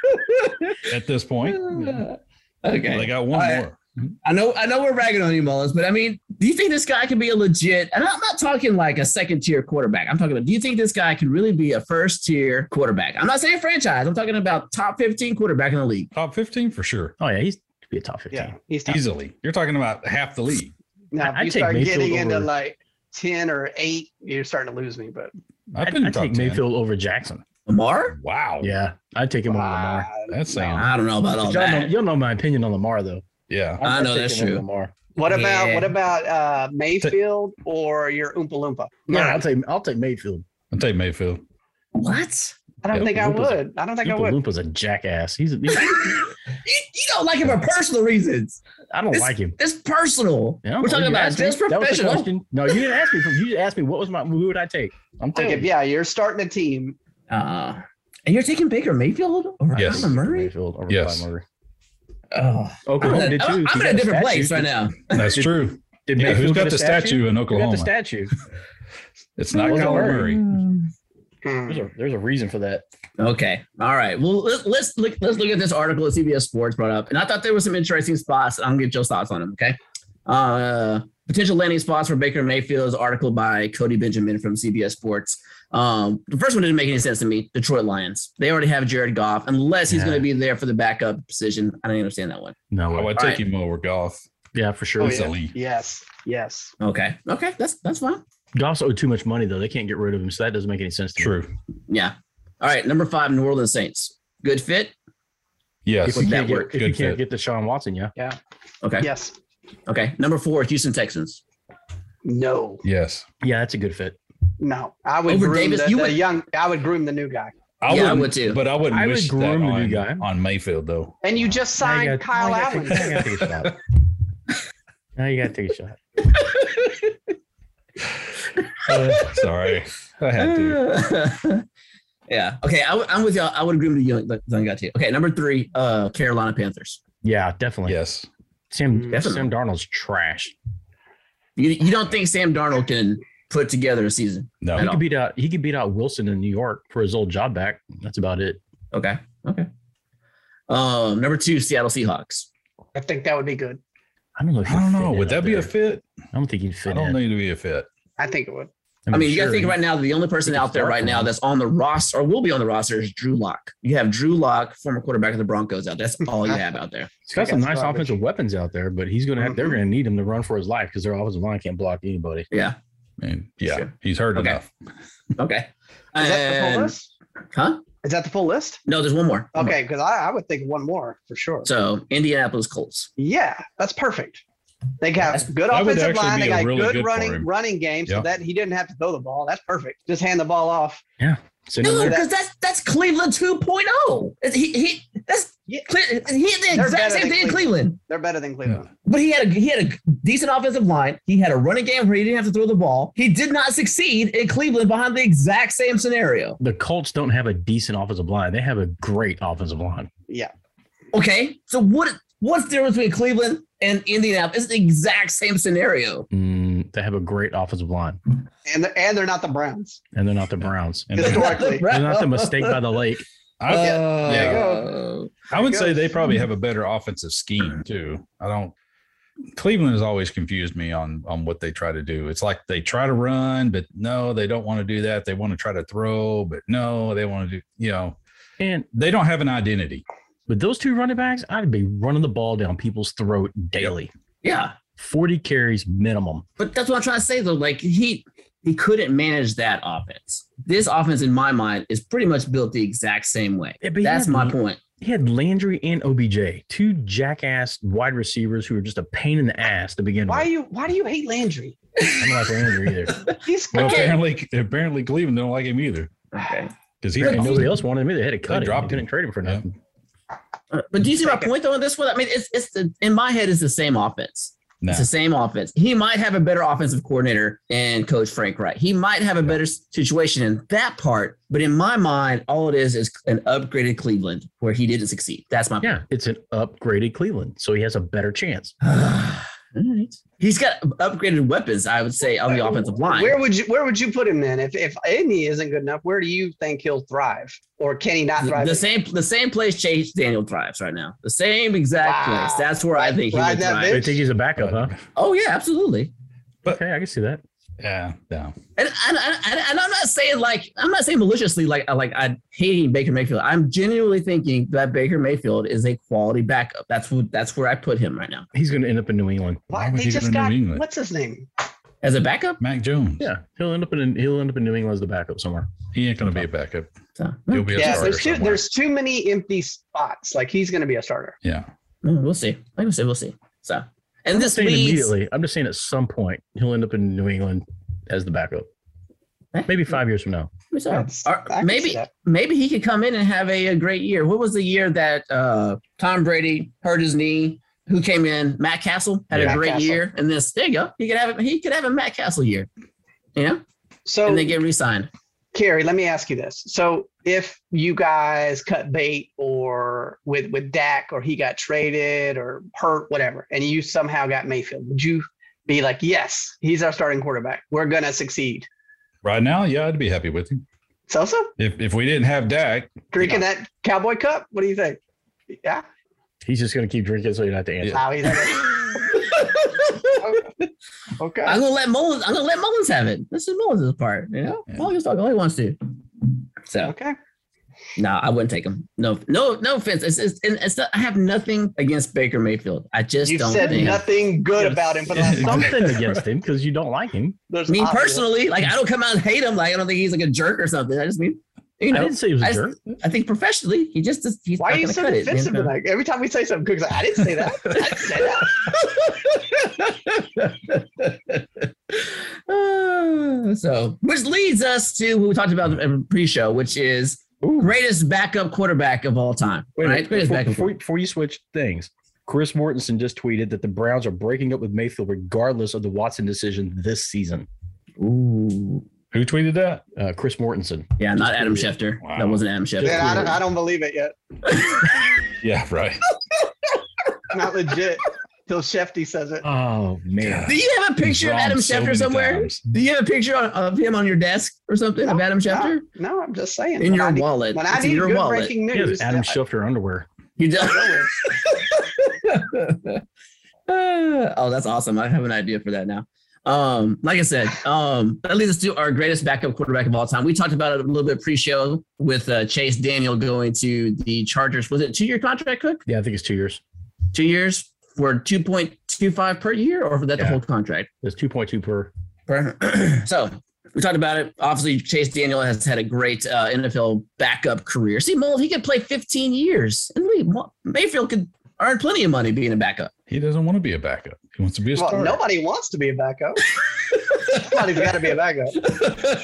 at this point, god. okay. Uh, they got one I- more. I know, I know, we're ragging on you, Mullins, but I mean, do you think this guy can be a legit? And I'm not talking like a second tier quarterback. I'm talking about. Do you think this guy can really be a first tier quarterback? I'm not saying franchise. I'm talking about top 15 quarterback in the league. Top 15 for sure. Oh yeah, he's could be a top fifteen. Yeah, he's tough. Easily. You're talking about half the league. Now, I- if I'd you take start Mayfield getting into over- like ten or eight, you're starting to lose me. But I've I'd, been in I'd top take 10. Mayfield over Jackson. Lamar? Wow. Yeah, I'd take him over Lamar. Wow. That's saying, I don't know about all Y'all know, that. y'all know my opinion on Lamar though. yeah. Oh, I I'd know, take that's him over true. Lamar. what about Yeah. what about uh, Mayfield or your Oompa Loompa? No, I'll take I'll take Mayfield. I'll take Mayfield. What? I don't Yeah, think I Oompa's a- would. I don't think I Oompa would. Loompa's a jackass. He's, he's you, you don't like him for personal reasons. I don't This- like him. It's personal. Yeah, We're well, talking you about asked me. just That was the professional. question. No, you didn't ask me. You just asked me what was my who would I take. I'm Like taking if, yeah, you're starting a team. Uh, and you're taking Baker Mayfield over Yes. Kyler Murray? Mayfield over Yes. Kyler Murray. Oh, I'm, Oklahoma in did a, too. I'm, I'm He in got a different statue. place right now. That's Did- true. Did Yeah, who's Mayfield got get the a statue? statue in Who got Oklahoma? the statue? It's not Wasn't Kyler Murray. Murray. Hmm. There's a, there's a reason for that. Okay. All right. Well, let, let's look. Let's look at this article that CBS Sports brought up, and I thought there were some interesting spots. I'm gonna get your thoughts on them. Okay. Uh, potential landing spots for Baker Mayfield's article by Cody Benjamin from CBS Sports. Um, the first one didn't make any sense to me. Detroit Lions. They already have Jared Goff, unless he's Yeah. gonna be there for the backup position. I don't understand that one. No, I would All take right. him over Goff. Oh, yeah, for sure. Oh, It's yeah. elite. Yes, yes. Okay. Okay. That's that's fine. Goff's owed too much money though. They can't get rid of him, so that doesn't make any sense. To me. True. Yeah. All right. Number five, New Orleans Saints. Good fit. Yes. If you Would can't, that get, work? if you Good can't fit. get the Sean Watson, yeah. Okay. Yes. Okay. Number four, Houston Texans. No. Yes. Yeah, that's a good fit. No. I would Over groom Davis, the, you the would- young I would groom the new guy. I, Yeah, I wouldn't- would too. But I wouldn't I would wish that groom the new on, guy. on Mayfield though. And you just signed Now you Kyle now you Allen. gotta take- now you gotta take a shot. Now you gotta take a shot. Sorry. I had to. yeah. Okay. I, am with y'all. I would agree with you. Young Young got you. Okay. Number three, uh, Carolina Panthers. Yeah, definitely. Yes. Sam Definitely. Sam Darnold's trash. You, you don't think Sam Darnold can put together a season? No. I He know. could beat out he could beat out Wilson in New York for his old job back. That's about it. Okay. Okay. Um, number two, Seattle Seahawks. I think that would be good. I don't know. If I don't know. Would that be a fit? fit? in up there. I don't think he'd fit I don't in. need to be a fit. I think it would. I mean, you got to sure, think right now, the only person could out there start right now one. that's on the roster or will be on the roster is Drew Lock. You have Drew Lock, former quarterback of the Broncos, out. That's all you have out there. He's got some That's nice garbage. offensive weapons out there, but he's gonna have they're Mm-hmm. Mhm. gonna need him to run for his life because their offensive line can't block anybody. Yeah. I mean, yeah, Sure. he's heard Okay. enough. Okay. Is that the full And, list? huh? Is that the full list? No, there's one more. One more. Okay, because I, I would think one more for sure. So Indianapolis Colts. Yeah, that's perfect. They got That's- good that would offensive actually line. be a They got really good, good for running him. running game, so Yeah. that he didn't have to throw the ball. That's perfect. Just hand the ball off. So No, they're- because that's that's Cleveland 2.0. It's- He, he that's Yeah. Cle- he did the They're exact better same than thing in Cleveland. Cleveland, They're better than Cleveland. but he had a he had a decent offensive line. He had a running game where he didn't have to throw the ball. He did not succeed in Cleveland behind the exact same scenario. the Colts don't have a decent offensive line. They have a great offensive line. Yeah. Okay, so what what's the difference between Cleveland and Indianapolis? It's the exact same scenario. Mm, they have a great offensive line, And they're, and they're not the Browns. and they're not the Browns. And Just- Historically. They're not the mistake by the lake. I, you Uh, I would say goes. they probably have a better offensive scheme too. I don't. Cleveland has always confused me on on what they try to do. It's like they try to run, but no, they don't want to do that. They want to try to throw, but no, they want to do. You know, And they don't have an identity. with those two running backs, I'd be running the ball down people's throat daily. yeah. Forty carries minimum. But that's what I'm trying to say though. Like he he couldn't manage that offense. This offense, in my mind, is pretty much built the exact same way. Yeah, but he That's had- my point. He had Landry and OBJ, two jackass wide receivers who were just a pain in the ass to begin Why with. you why do you hate Landry? I don't like Landry either. He's Well, Okay. apparently, apparently Cleveland don't like him either Okay. because he And nobody else wanted him. either. They had to cut They him. dropped They didn't him. trade him for Yeah. nothing. Uh, But do you see my point though on this one? I mean, it's it's the, in my head it's the same offense. Nah. It's the same offense. He might have a better offensive coordinator and coach Frank Wright. He might have a better s- situation in that part. But in my mind, all it is is an upgraded Cleveland where he didn't succeed. That's my Yeah, it's an upgraded Cleveland, so he has a better chance. point. All right. He's got upgraded weapons, I would say, on the offensive line. Where would you where would you put him then? If if Indy isn't good enough, where do you think he'll thrive? Or can he not the, thrive? the same the same place Chase Daniel thrives right now. The same exact Wow. place. That's where I think he Right would that thrive. They think he's a backup, huh? Oh yeah, absolutely. But- okay, I can see that. Yeah, yeah. And, and, and, and I'm not saying like I'm not saying maliciously like I- like I hating Baker Mayfield. I'm genuinely thinking that Baker Mayfield is a quality backup. That's what that's where I put him right now He's going to end up in New England. Why Why, would they you go to just New got England? what's his name? as a backup. Mac Jones. Yeah, he'll end up in he'll end up in New England as the backup somewhere. He ain't gonna be a backup. So, He'll be a Yeah, starter. there's too somewhere. there's too many empty spots. Like he's gonna be a starter. yeah. mm, we'll see. Like I said, we'll see. So and this Saying leads immediately, I'm just saying at some point he'll end up in New England as the backup. Eh, Maybe five years from now. we saw. That's- Or I can see maybe that. maybe he could come in and have a, a great year. What was the year that uh, Tom Brady hurt his knee? Who came in? Matt Castle had Yeah. a Matt great Castle. year, and this there you go. He could have he could have a Matt Castle year, you know, So and they get re-signed. Carrie, let me ask you this. So if you guys cut bait or with with Dak or he got traded or hurt, whatever, and you somehow got Mayfield, would you be like, yes, he's our starting quarterback. We're gonna succeed. Right now, yeah, I'd be happy with him. So so If if we didn't have Dak, drinking that cowboy cup? What do you think? Yeah. He's just going to keep drinking, so you don't have to answer. Wow, he's okay. I'm gonna let Mullins. I'm gonna let Mullins have it. This is Mullins' part, you know. Yeah. Mullins can talk all he wants to. So Okay. no, I wouldn't take him. No, no, no offense. It's, it's, and it's not, I have nothing against Baker Mayfield. I just You've don't said think. nothing good about him for the last Some- Something against him because you don't like him. There's Me obvious- personally, like I don't come out and hate him. Like I don't think he's like a jerk or something. I just mean, you I know, didn't say he was a I- jerk. I think professionally, he just is- he's Why not are you gonna so cut it, you defensive know? tonight? Every time we say something, Cook's like, I didn't say that. I didn't say that. Uh, so, which leads us to what we talked about in the pre-show, which is Ooh. greatest backup quarterback of all time. Wait a right? minute, Greatest before, backup. before, before you switch things, Chris Mortensen just tweeted that the Browns are breaking up with Mayfield regardless of the Watson decision this season. Ooh. who tweeted that? Uh, Chris Mortensen. Yeah, not Adam Schefter. Wow. That wasn't Adam Schefter. Man, I don't, I don't believe it yet. Yeah, right. Not legit. Till Shefty says Uh, it. Oh man. Do you have a picture of Wrong Adam so Schefter many somewhere? times. Do you have a picture on, of him on your desk or something of Adam Schefter? No, I'm just saying. In when your I need, wallet. when I It's in need your good wallet. breaking He has news, Adam I- Schefter underwear. You I don't. go with- Uh, oh, that's awesome. I have an idea for that now. Um, like I said, um, that leads us to our greatest backup quarterback of all time. We talked about it a little bit pre-show with uh, Chase Daniel going to the Chargers. Was it two-year contract, Cook? Yeah, I think it's two years. Two years for two point two five per year, or for that Yeah. the whole contract? It's two point two per. Per- so we talked about it. Obviously, Chase Daniel has had a great uh, NFL backup career. See, Mull, he could play fifteen years, and we Mayfield could earn plenty of money being a backup. He doesn't want to be a backup. He wants to be a Well, starter. nobody wants to be a backup. Somebody's got to be a backup.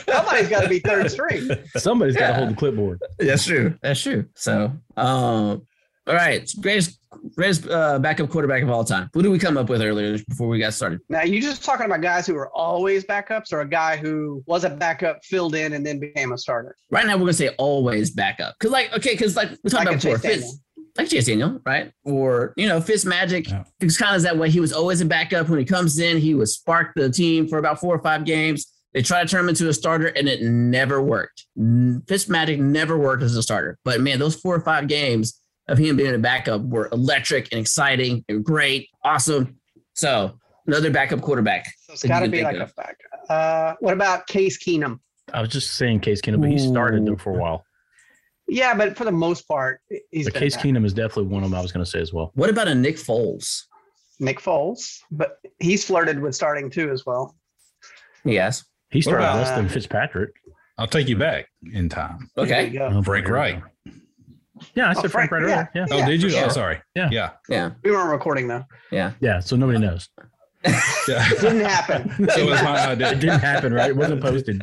Somebody's got to be third string. Somebody's got to Yeah. hold the clipboard. That's true. That's true. So, um, all right, greatest greatest uh, backup quarterback of all time. Who did we come up with earlier before we got started? Now, you just talking about guys who are always backups or a guy who was a backup, filled in, and then became a starter? Right now, we're gonna say always backup because, like, okay, because like we Like talked a about before, Chase Daniel. Fitz, like Chase Daniel, right? Or you know, Fitz Magic. Yeah. It's kind of that way. He was always a backup. When he comes in, he would spark the team for about four or five games. They try to turn him into a starter, and it never worked. N- Fitz Magic never worked as a starter. But man, those four or five games of him being a backup were electric and exciting and great, awesome. So another backup quarterback. So it's That you got to can be think like a of. backup. Uh, what about Case Keenum? I was just saying Case Keenum, but he started them for a while. Yeah, but for the most part, he's But been Case back. Keenum is definitely one of them I was going to say as well. What about a Nick Foles? Nick Foles, but he's flirted with starting too as well. Yes. He started about- less than Fitzpatrick. I'll take you back in time. There you Okay. go. Oh, Frank Wright. Yeah, I Oh, said Frank, Frank, Wright earlier. Yeah. Oh, Yeah, did you? for Oh, sure. sorry. Yeah. Yeah. Yeah. We weren't recording though. Yeah. Yeah. So nobody knows. Yeah. so Didn't happen. it was my It idea. didn't happen, right? It wasn't posted.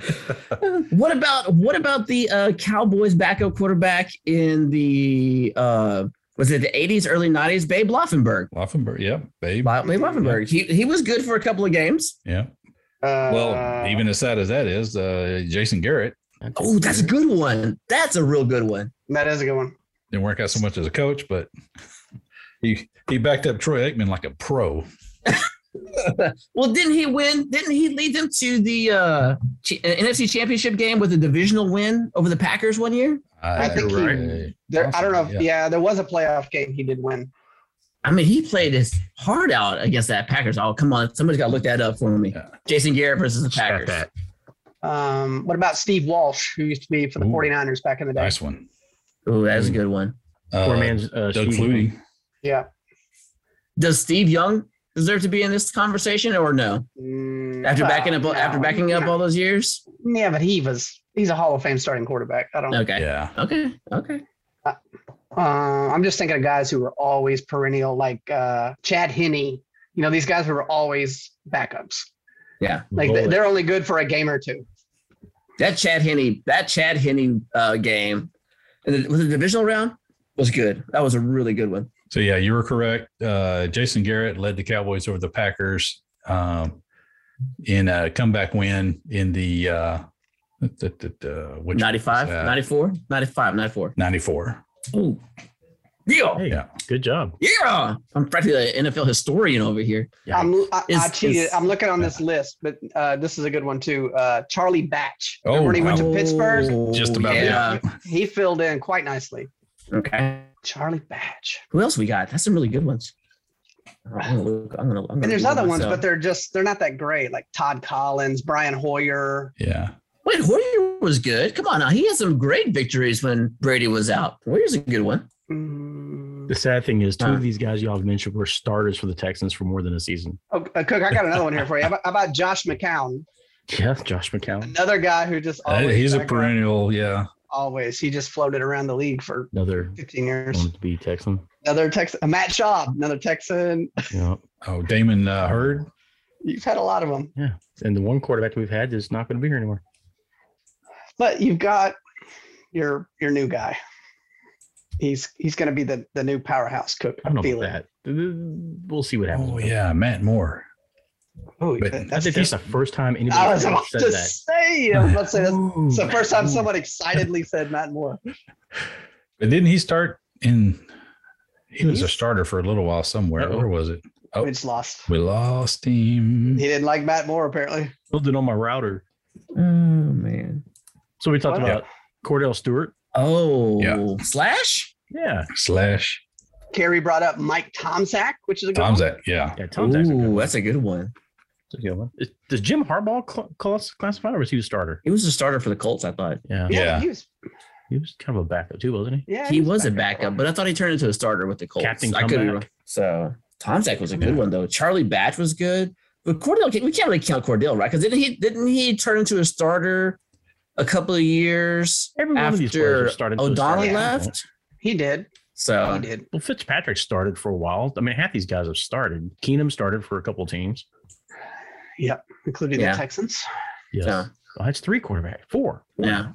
What about what about the uh, Cowboys backup quarterback in the uh, was it the 80s, early 90s? Babe Loffenberg. Laufenberg. Yep. Babe. Ba- Babe Loffenberg. He he was good for a couple of games. Yeah. Uh, Well, even as sad as that is, uh, Jason Garrett Oh, that's a good one. That's a real good one. that is a good one. didn't work out so much as a coach, but he he backed up Troy Aikman like a pro. well, didn't he win? Didn't he lead them to the uh, Ch- uh, NFC Championship game with a divisional win over the Packers one year? I think you're he- There, I don't know. If, Yeah. yeah, there was a playoff game he did win. I mean, he played his heart out against that Packers. Oh, come on. Somebody's got to look that up for me. Yeah. Jason Garrett versus the Check Packers. that. Um, what about Steve Walsh, who used to be for the Ooh. 49ers back in the day? Nice one. Oh, that's a good one. Poor Uh, man's uh, Doug Steve Flutie. Yeah. Does Steve Young deserve to be in this conversation or no? Mm, After well, backing up, after no, backing up no. all those years. Yeah, but he was he's a Hall of Fame starting quarterback. I don't. Okay. Yeah. Okay. Okay. Uh, I'm just thinking of guys who were always perennial, like uh, Chad Henney. You know, these guys who were always backups. Yeah. Like they- Bullet. they're only good for a game or two. That Chad Henney, that Chad Henney uh, game in the, with the divisional round was good. That was a really good one. So yeah, you were correct. Uh, Jason Garrett led the Cowboys over the Packers um, in a comeback win in the uh, th- th- th- uh, which 95, was that? 94, 95, 94. 94. Ooh. Yeah. Hey, Yeah. Good job. Yeah. I'm practically an NFL historian over here. Yeah. I'm, I, I Is- cheated. is- I'm looking on this list, but uh, this is a good one too. Uh, Charlie Batch. Remember Oh, when he went to wow. Pittsburgh? Just about Yeah. He filled in quite nicely. Okay. Charlie Batch. Who else we got? That's some really good ones. I'm gonna look. I'm gonna. I'm gonna And there's Google other ones, myself. but they're just they're not that great. Like Todd Collins, Brian Hoyer. Yeah. Wait, Hoyer was good. Come on now. He had some great victories when Brady was out. Hoyer's a good one. Mm. The sad thing is, two Uh. of these guys y'all have mentioned were starters for the Texans for more than a season. Oh, uh, Cook, I got another one here for you. How about, how about Josh McCown? Yeah, Josh McCown, Another guy who just That- always he's a back up. perennial. Yeah. Always, he just floated around the league for another 15 years. Mm. one to be Texan. Another Texan, Matt Schaub, another Texan. Yeah. Oh, Damon uh, Hurd. You've had a lot of them. And the one quarterback that we've had is not going to be here anymore. but you've got your your new guy. He's he's going to be the the new powerhouse cook. I don't know I'm feeling. about that. We'll see what happens. Oh yeah, Matt Moore. Oh, But that- I that's think that's just, the first time anybody I was has about said to that. say. I was about to say that's Ooh, it's the Matt first time Moore. someone excitedly said Matt Moore. But didn't he start in? He was a Mhm. starter for a little while somewhere. Uh-oh. Where was it? Oh. Mm. We just lost. We lost him. He didn't like Matt Moore apparently. building on my router. Oh man. So we talked Wow. about Cordell Stewart. Oh. Yeah. Slash. Yeah, Slash Kerry brought up Mike Tomzak, which is a good Tom's one. at. Yeah. yeah. Tom's actually Ooh, that's a good one. a good one. Is- Does Jim Harbaugh cl- class- classify or was he a starter? He was a starter for the Colts. I thought Yeah, Yeah. he was. he was kind of a backup too, wasn't he? Yeah, he was a for backup, him. but I thought he turned into a starter with the Colts. Captain I could be comeback. wrong. So Tomczak was a good Yeah. one though. Charlie Batch was good, but Cordell we can't really count Cordell right because didn't he didn't he turn into a starter a couple of years Every one of these players after have started into a O'Donnell starter. left? he did. So he did. Well, Fitzpatrick started for a while. I mean, half these guys have started. Keenum started for a couple teams. Including Yeah. the Texans. Yes. Yeah. Well, that's three quarterback, four. Yeah.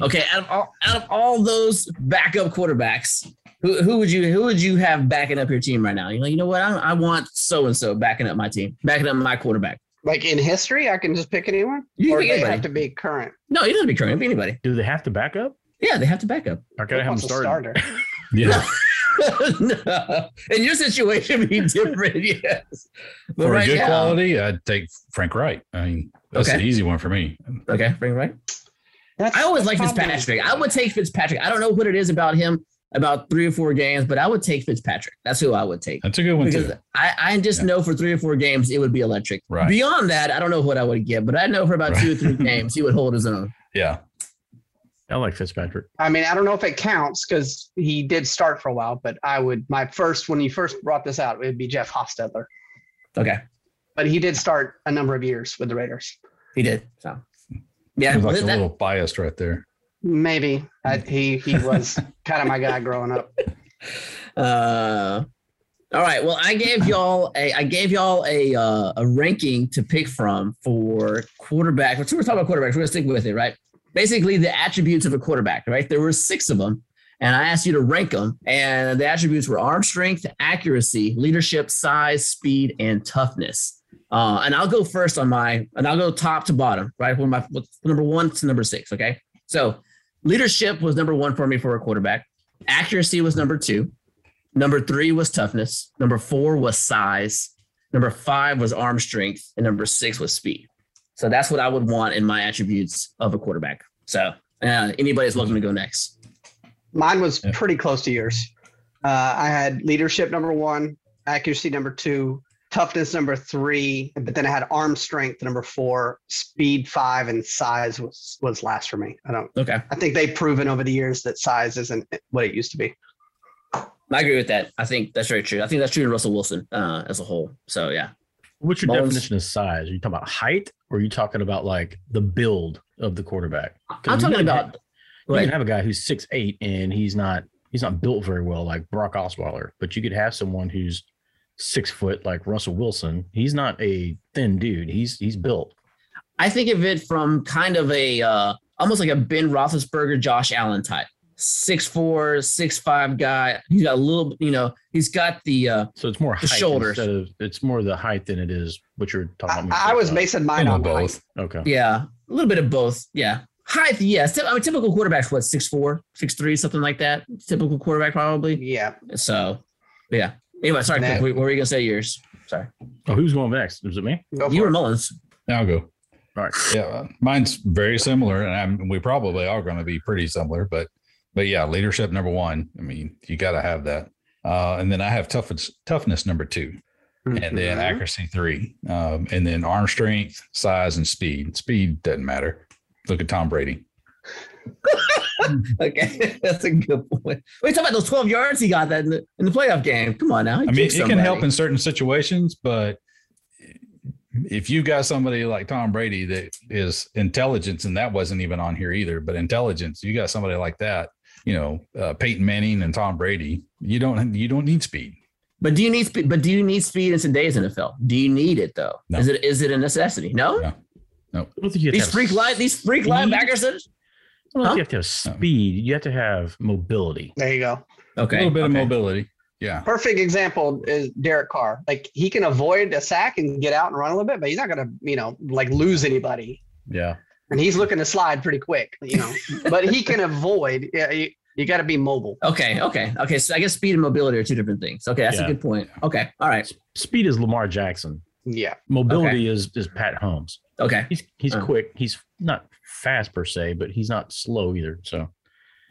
Okay. Out of all out of all those backup quarterbacks, who, who would you who would you have backing up your team right now? You're like, you know what? I, I want so and so backing up my team, backing up my quarterback. Like in history, I can just pick anyone, You can or pick they anybody. have to be current. No, it doesn't be current. It can be anybody. Do they have to back up? Yeah, they have to back up. Or can I Who have them wants a started? starter? Yeah. no. In your situation, it'd be different. Yes. But for right a good now, quality, I'd take Frank Wright. I mean, that's Okay. an easy one for me. okay, bring it right. That's I always the like problem. Fitzpatrick. I would take Fitzpatrick. I don't know what it is about him about three or four games, but I would take Fitzpatrick. That's who I would take. That's a good one because too. I, I just Yeah. know for three or four games it would be electric. Right. Beyond that, I don't know what I would get, but I know for about Right. two or three games he would hold his own. Yeah. I like Fitzpatrick. I mean, I don't know if it counts because he did start for a while, but I would my first when you first brought this out, it'd be Jeff Hostetler. Okay, But he did start a number of years with the Raiders. he did. So yeah, Seems like that- a little biased right there. Maybe I, he he was kind of my guy growing up. uh, all right. Well, I gave y'all a I gave y'all a uh, a ranking to pick from for quarterback. We're talking about quarterbacks. We're gonna stick with it, right? Basically, the attributes of a quarterback. Right? There were six of them, and I asked you to rank them. And the attributes were arm strength, accuracy, leadership, size, speed, and toughness. Uh, and I'll go first on my, and I'll go top to bottom, right? From my with number one to number six. Okay. So leadership was number one for me for a quarterback. Accuracy was number two. Number three was toughness. Number four was size. Number five was arm strength, and number six was speed. So that's what I would want in my attributes of a quarterback. So uh, anybody's welcome to go next. Mine was Yeah. pretty close to yours. Uh, I had leadership number one, accuracy number two, toughness number three, but then I had arm strength number four, speed five, and size was was last for me. I don't. Okay, I think they've proven over the years that size isn't what it used to be. I agree with that. I think that's very true. I think that's true in Russell Wilson uh, as a whole. So yeah, What's your Bones. definition of size? Are you talking about height or are you talking about like the build of the quarterback? 'Cause I'm you talking can about. have- Go you ahead. can have a guy who's six eight and he's not he's not built very well like Brock Osweiler, but you could have someone who's six foot like Russell Wilson. He's not a thin dude. He's he's built. I think of it from kind of a uh, almost like a Ben Roethlisberger, Josh Allen type, six four, six five guy. He's got a little, you know, he's got the uh, So it's more The height shoulders. instead of it's more the height than it is what you're talking I, about. I was basing Oh, I mine know on height. both. okay. yeah, a little bit of both. Yeah, height. Yeah, Typ- I mean, typical quarterbacks what six four, six three, something like that. Typical quarterback probably. Yeah, So, yeah. Anyway, sorry, Nah. Cliff, what were you gonna say? Yours. Sorry, Oh, who's going next? Is it me? go you for were it. Mullins. I'll go. All right. Yeah, mine's very similar, and I'm, we probably are going to be pretty similar. But but yeah, leadership number one. I mean, you got to have that. Uh, and then I have toughness toughness number two, and Mm-hmm. then Mhm. accuracy three, um, and then arm strength, size, and speed. Speed doesn't matter. Look at Tom Brady. Okay, that's a good point. We talk about those twelve yards he got that in the, in the playoff game. Come on now. I mean, it can help in certain situations, but if you got somebody like Tom Brady that is intelligence, and that wasn't even on here either, but intelligence, you got somebody like that, you know, uh, Peyton Manning and Tom Brady, you don't you don't need speed. But do you need speed? But do you need speed in today's NFL? Do you need it though? No. Is it is it a necessity? No. No. I don't think you have to These have freak line these freak speed? linebackers. Are, I don't think Huh? you have to have speed. You have to have mobility. There you go. A okay. little bit of okay. mobility. Yeah. Perfect example is Derek Carr. Like he can avoid a sack and get out and run a little bit, but he's not gonna, you know, like lose anybody. Yeah. and he's looking to slide pretty quick, you know. but he can avoid. Yeah, you, you got to be mobile. Okay. Okay. Okay. So I guess speed and mobility are two different things. Okay, that's Yeah. a good point. Okay. All right. Speed is Lamar Jackson. Yeah, Mobility is is Pat Holmes. Okay. He's he's Uh. quick. He's not fast per se, but he's not slow either. So, all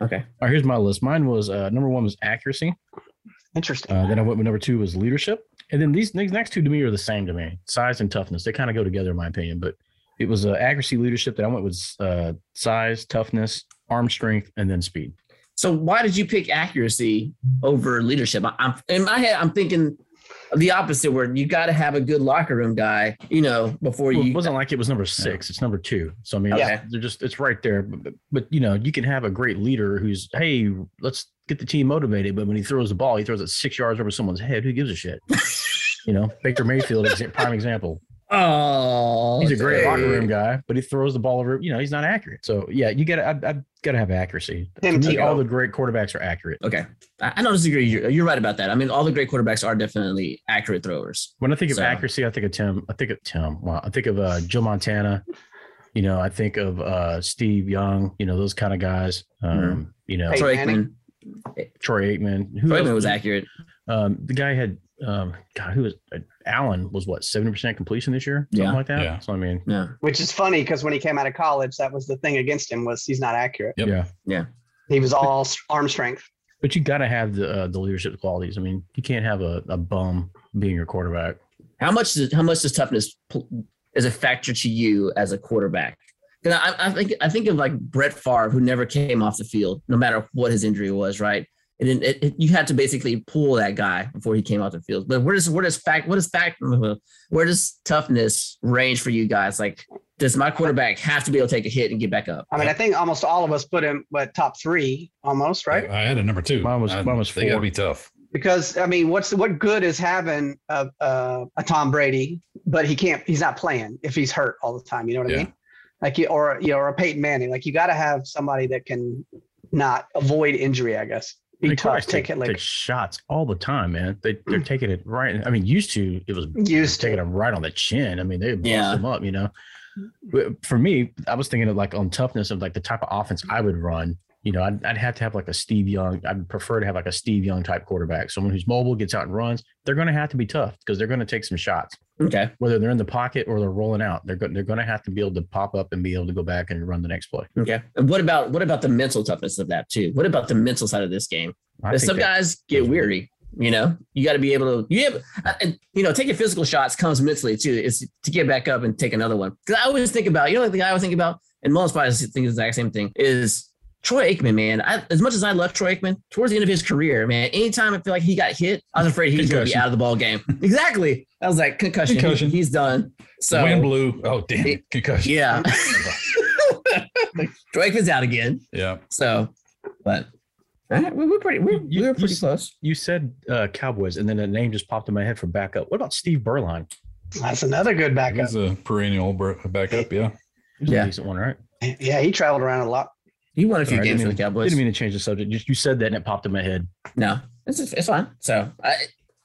Okay. right, here's my list. Mine was uh, number one was accuracy. interesting. Uh, then I went with number two was leadership, and then these these next two to me are the same to me. Size and toughness. They kind of go together in my opinion. But it was uh, accuracy, leadership that I went with uh, size, toughness, arm strength, and then speed. So why did you pick accuracy over leadership? I, I'm in my head. I'm thinking the opposite. Where you got to have a good locker room guy. You know, before Well, it you. wasn't like it was number six. It's number two. So I mean, Okay. it's- they're just it's right there. But, but, but, you know, you can have a great leader who's hey, let's get the team motivated. But when he throws the ball, he throws it six yards over someone's head. Who gives a shit? you know, Baker Mayfield is a prime example. Oh. He's a great okay. locker room guy, but he throws the ball over. You know, he's not accurate. So yeah, you got to I, I got to have accuracy. To Him me, too. all the great quarterbacks are accurate. Okay. I, I don't disagree. You're, you're right about that. I mean, all the great quarterbacks are definitely accurate throwers. When I think of So- accuracy, I think of Tim. I think of Tim. Wow. I think of uh, Joe Montana. You know, I think of uh, Steve Young. You know, those kind of guys. Um, You know, Hey. Troy Aikman. Manning. Troy Aikman. Who Troy else- Aikman was accurate. Um, the guy had um, God, who was uh, Allen was what seventy percent completion this year, something Yeah. like that. Yeah. So I mean, Yeah. Which is funny because when he came out of college, that was the thing against him was he's not accurate. Yep. yeah. He was all s- arm strength. But you got to have the uh, the leadership qualities. I mean, you can't have a, a bum being your quarterback. How much does how much does toughness pl- is a factor to you as a quarterback? 'Cause I, I think I think of like Brett Favre, who never came off the field, no matter what his injury was, right? And then it, it- you had to basically pull that guy before he came off the field. But where does where does fact what is fact where does toughness range for you guys? Like, does my quarterback have to be able to take a hit and get back up? I mean, I think almost all of us put him what top three almost, right? I, I had a number two. Mine was- I- mine was they got to four. be tough. Because I mean, what's what good is having a, a, a Tom Brady, but he can't. He's not playing if he's hurt all the time. You know what Yeah. I mean? Like you or you know, or a Peyton Manning. Like you got to have somebody that can not avoid injury. I guess be They tough, quarterbacks take it like Hmm. take shots all the time, man. They they're taking it right. I mean, used to it was used to. taking them right on the chin. I mean, they bust Yeah. them up, you know. But For me, I was thinking of like on toughness of like the type of offense I would run you know, I'd, I'd have to have like a Steve Young. I'd prefer to have like a Steve Young type quarterback, someone who's mobile, gets out and runs. They're going to have to be tough because they're going to take some shots, Okay. whether they're in the pocket or they're rolling out. They're go- they're going to have to be able to pop up and be able to go back and run the next play. Okay. And what about what about the mental toughness of that too? What about the mental side of this game? I think Some that- guys get weary. You know, you got to be able to. You have, uh, and, you know, taking physical shots comes mentally too. It's to get back up and take another one. Because I always think about, you know, like the guy I always think about, and Mullins probably thinks the exact same thing is Troy Aikman. Man, I, as much as I love Troy Aikman, towards the end of his career, man, anytime I feel like he got hit, I was afraid he was going to be Concussion. out of the ball game. exactly. I was like concussion. Concussion. He- he's done. So Wind blew. Oh damn it! Concussion. yeah, Troy Aikman's out again. Yeah. So, but all right, we were pretty, we You- we were you pretty s- close. You said uh, Cowboys, and then a name just popped in my head for backup. What about Steve Berline? That's another good backup. He's a perennial br- backup. Yeah. He was Yeah. a decent one, right? Yeah, he traveled around a lot. He won a few Sorry, I games for didn't the Cowboys. Didn't mean to change the subject. Just you said that, and it popped in my head. no, it's it's fine. So I,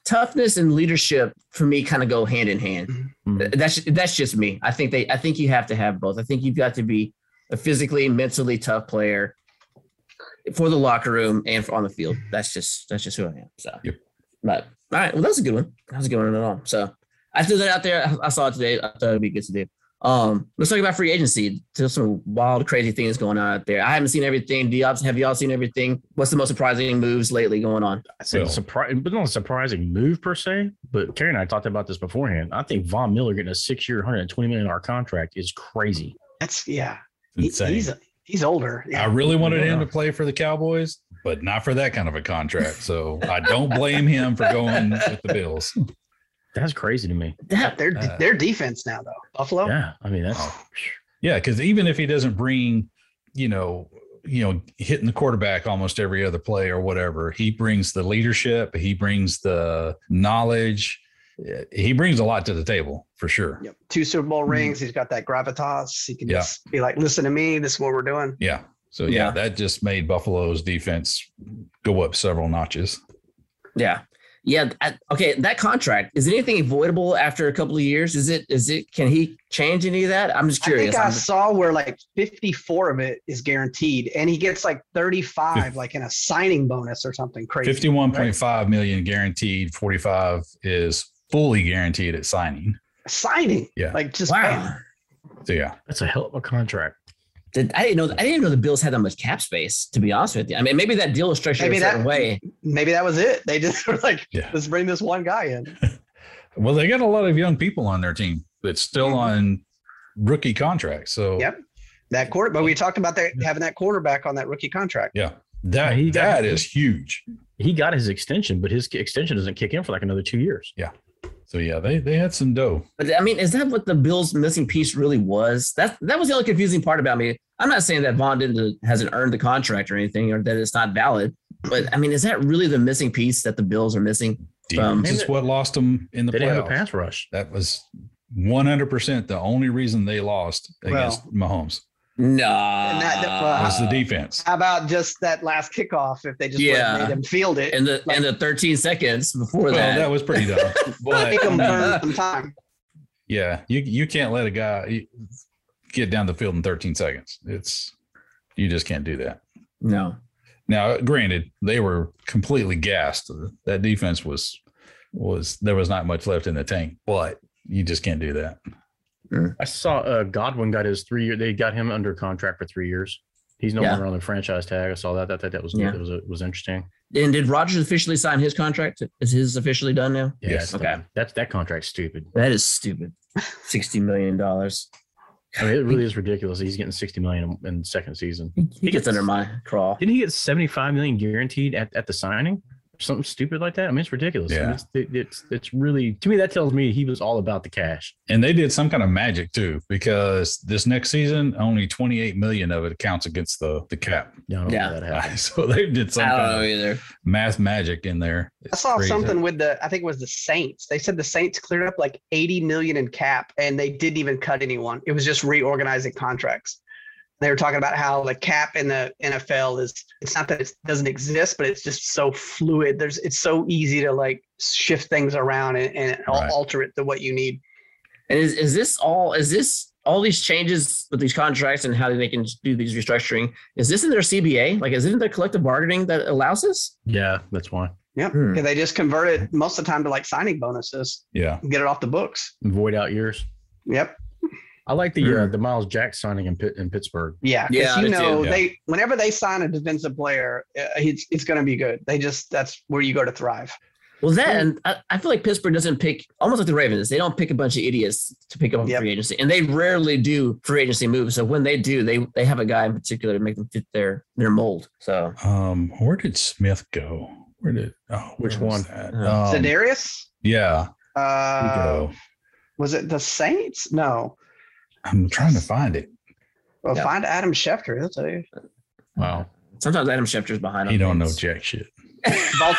toughness and leadership for me kind of go hand in hand. Mm. Th- That's that's just me. I think they. I think you have to have both. I think you've got to be a physically, mentally tough player for the locker room and for on the field. That's just that's just who I am. So, Yep. but all right. Well, that's a good one. That was a good one at all. So I threw that out there. I, I saw it today. I thought it'd be good to do. Um, let's talk about free agency. There's some wild, crazy things going on out there. I haven't seen everything. Do y'all have y'all seen everything? What's the most surprising moves lately going on? I said Well- surprising, but not a surprising move per se. But Carrie and I talked about this beforehand. I think Von Miller getting a six-year, hundred and twenty million dollar contract is crazy. That's yeah. He- Insane. e-, he's he's older. I Yeah. really wanted him to play for the Cowboys, but not for that kind of a contract. So I don't blame him for going with the Bills. That's crazy to me. That Their Uh, their defense now though. Buffalo. Oh. Yeah, I mean that's Yeah, because even if he doesn't bring, you know, you know, hitting the quarterback almost every other play or whatever, he brings the leadership. He brings the knowledge. Uh, He brings a lot to the table for sure. Yep. Two Super Bowl rings. He's got that gravitas. He can Hmm. Yeah. just be like, listen to me. This is what we're doing. Yeah. So yeah, Yeah. that just made Buffalo's defense go up several notches. Yeah. Yeah. I- okay. That contract is anything avoidable after a couple of years? Is it? Is it? Can he change any of that? I'm just I curious. think I I'm- saw where like 54 of it is guaranteed, and he gets like 35, like in a signing bonus or something crazy. Fifty-one point five million guaranteed. Forty-five is fully guaranteed at signing. signing. Yeah. Like just bam. wow. So yeah, that's a hell of a contract. Did, I didn't know. I didn't know the Bills had that much cap space. To be honest with you, I mean, maybe that deal was structured Maybe a certain that- way. maybe that was it. They just were like, Yeah. let's bring this one guy in. well, they got a lot of young people on their team that's Mm-hmm. still on rookie contracts. So Yep. That quarter, but we talked about that having that quarterback on that rookie contract. yeah, that Yeah, he got- that is huge. He got his extension, but his extension doesn't kick in for like another two years. So yeah, they they had some dough. But I mean, is that what the Bills' missing piece really was? That that was the only confusing part about me. I'm not saying that Vaughn didn't hasn't earned the contract or anything, or that it's not valid. But I mean, is that really the missing piece that the Bills are missing? Um, Defense is what lost them in the They didn't have a playoffs. pass rush. That was one hundred percent the only reason they lost against Mahomes Nah. And that- that- was the uh, defense. How about just that last kickoff? If they just would've Yeah. made him field it, and the and the 13 seconds before Well, that. that was pretty dumb. But- make him burn some time. Yeah, you you can't let a guy get down the field in 13 seconds. It's you just can't do that. no. Now, granted, they were completely gassed. That defense was was there was not much left in the tank, but you just can't do that. I saw uh, Godwin got his three year. They got him under contract for three years. He's no Yeah. longer on the franchise tag. I saw that. That that, that was Yeah. that was uh, was interesting. And did Rogers officially sign his contract? Is his officially done now? Yeah, Yes. it's done. That's that contract's stupid. That is stupid. 60 million dollars. I mean, it really is ridiculous. He's getting sixty million in- in second season. He gets under my crawl. Didn't he get seventy-five million guaranteed at, at the signing? Something stupid like that. I mean, it's ridiculous. I mean, Yeah. it's, it- it's it's really to me that tells me he was all about the cash. And they did some kind of magic too, because this next season only 28 million of it counts against the the cap. No, I don't know Yeah. Oh, how that happened. So they did some I don't kind know of either. math magic in there. I It's saw crazy. something with the, I think it was the Saints. They said the Saints cleared up like 80 million in cap and they didn't even cut anyone. It was just reorganizing contracts. They were talking about how the cap in the NFL is, it's not that it doesn't exist, but it's just so fluid. There's, it's so easy to like shift things around and, and al- Right. alter it to what you need. And is, is this all is this all these changes with these contracts and how they can do these restructuring. Is this in their CBA? Like, isn't there collective bargaining that allows this? Yeah, that's why. Yep. Hmm. They just convert it most of the time to like signing bonuses, Yeah. get it off the books. Void out years. Yep. I like the uh, the Miles Jack signing in Pitt, in Pittsburgh. Yeah. 'cause Yeah, you me too. know, Yeah. they whenever they sign a defensive player, uh, it's it's going to be good. They just that's where you go to thrive. Well, then I, I feel like Pittsburgh doesn't pick almost like the Ravens. They don't pick a bunch of idiots to pick up a Yep. free agency, and they rarely do free agency moves. So when they do, they they have a guy in particular to make them fit their their mold. So Um, where did Smith go? Where did oh Which where was one? that? Uh, Um, Zedarius, yeah. where'd he uh, Um, go? was it the Saints? No. I'm trying to find it. Well, Yeah. find Adam Schefter. That's a Wow. sometimes Adam Schefter's behind. on You don't know things. jack shit. Bal-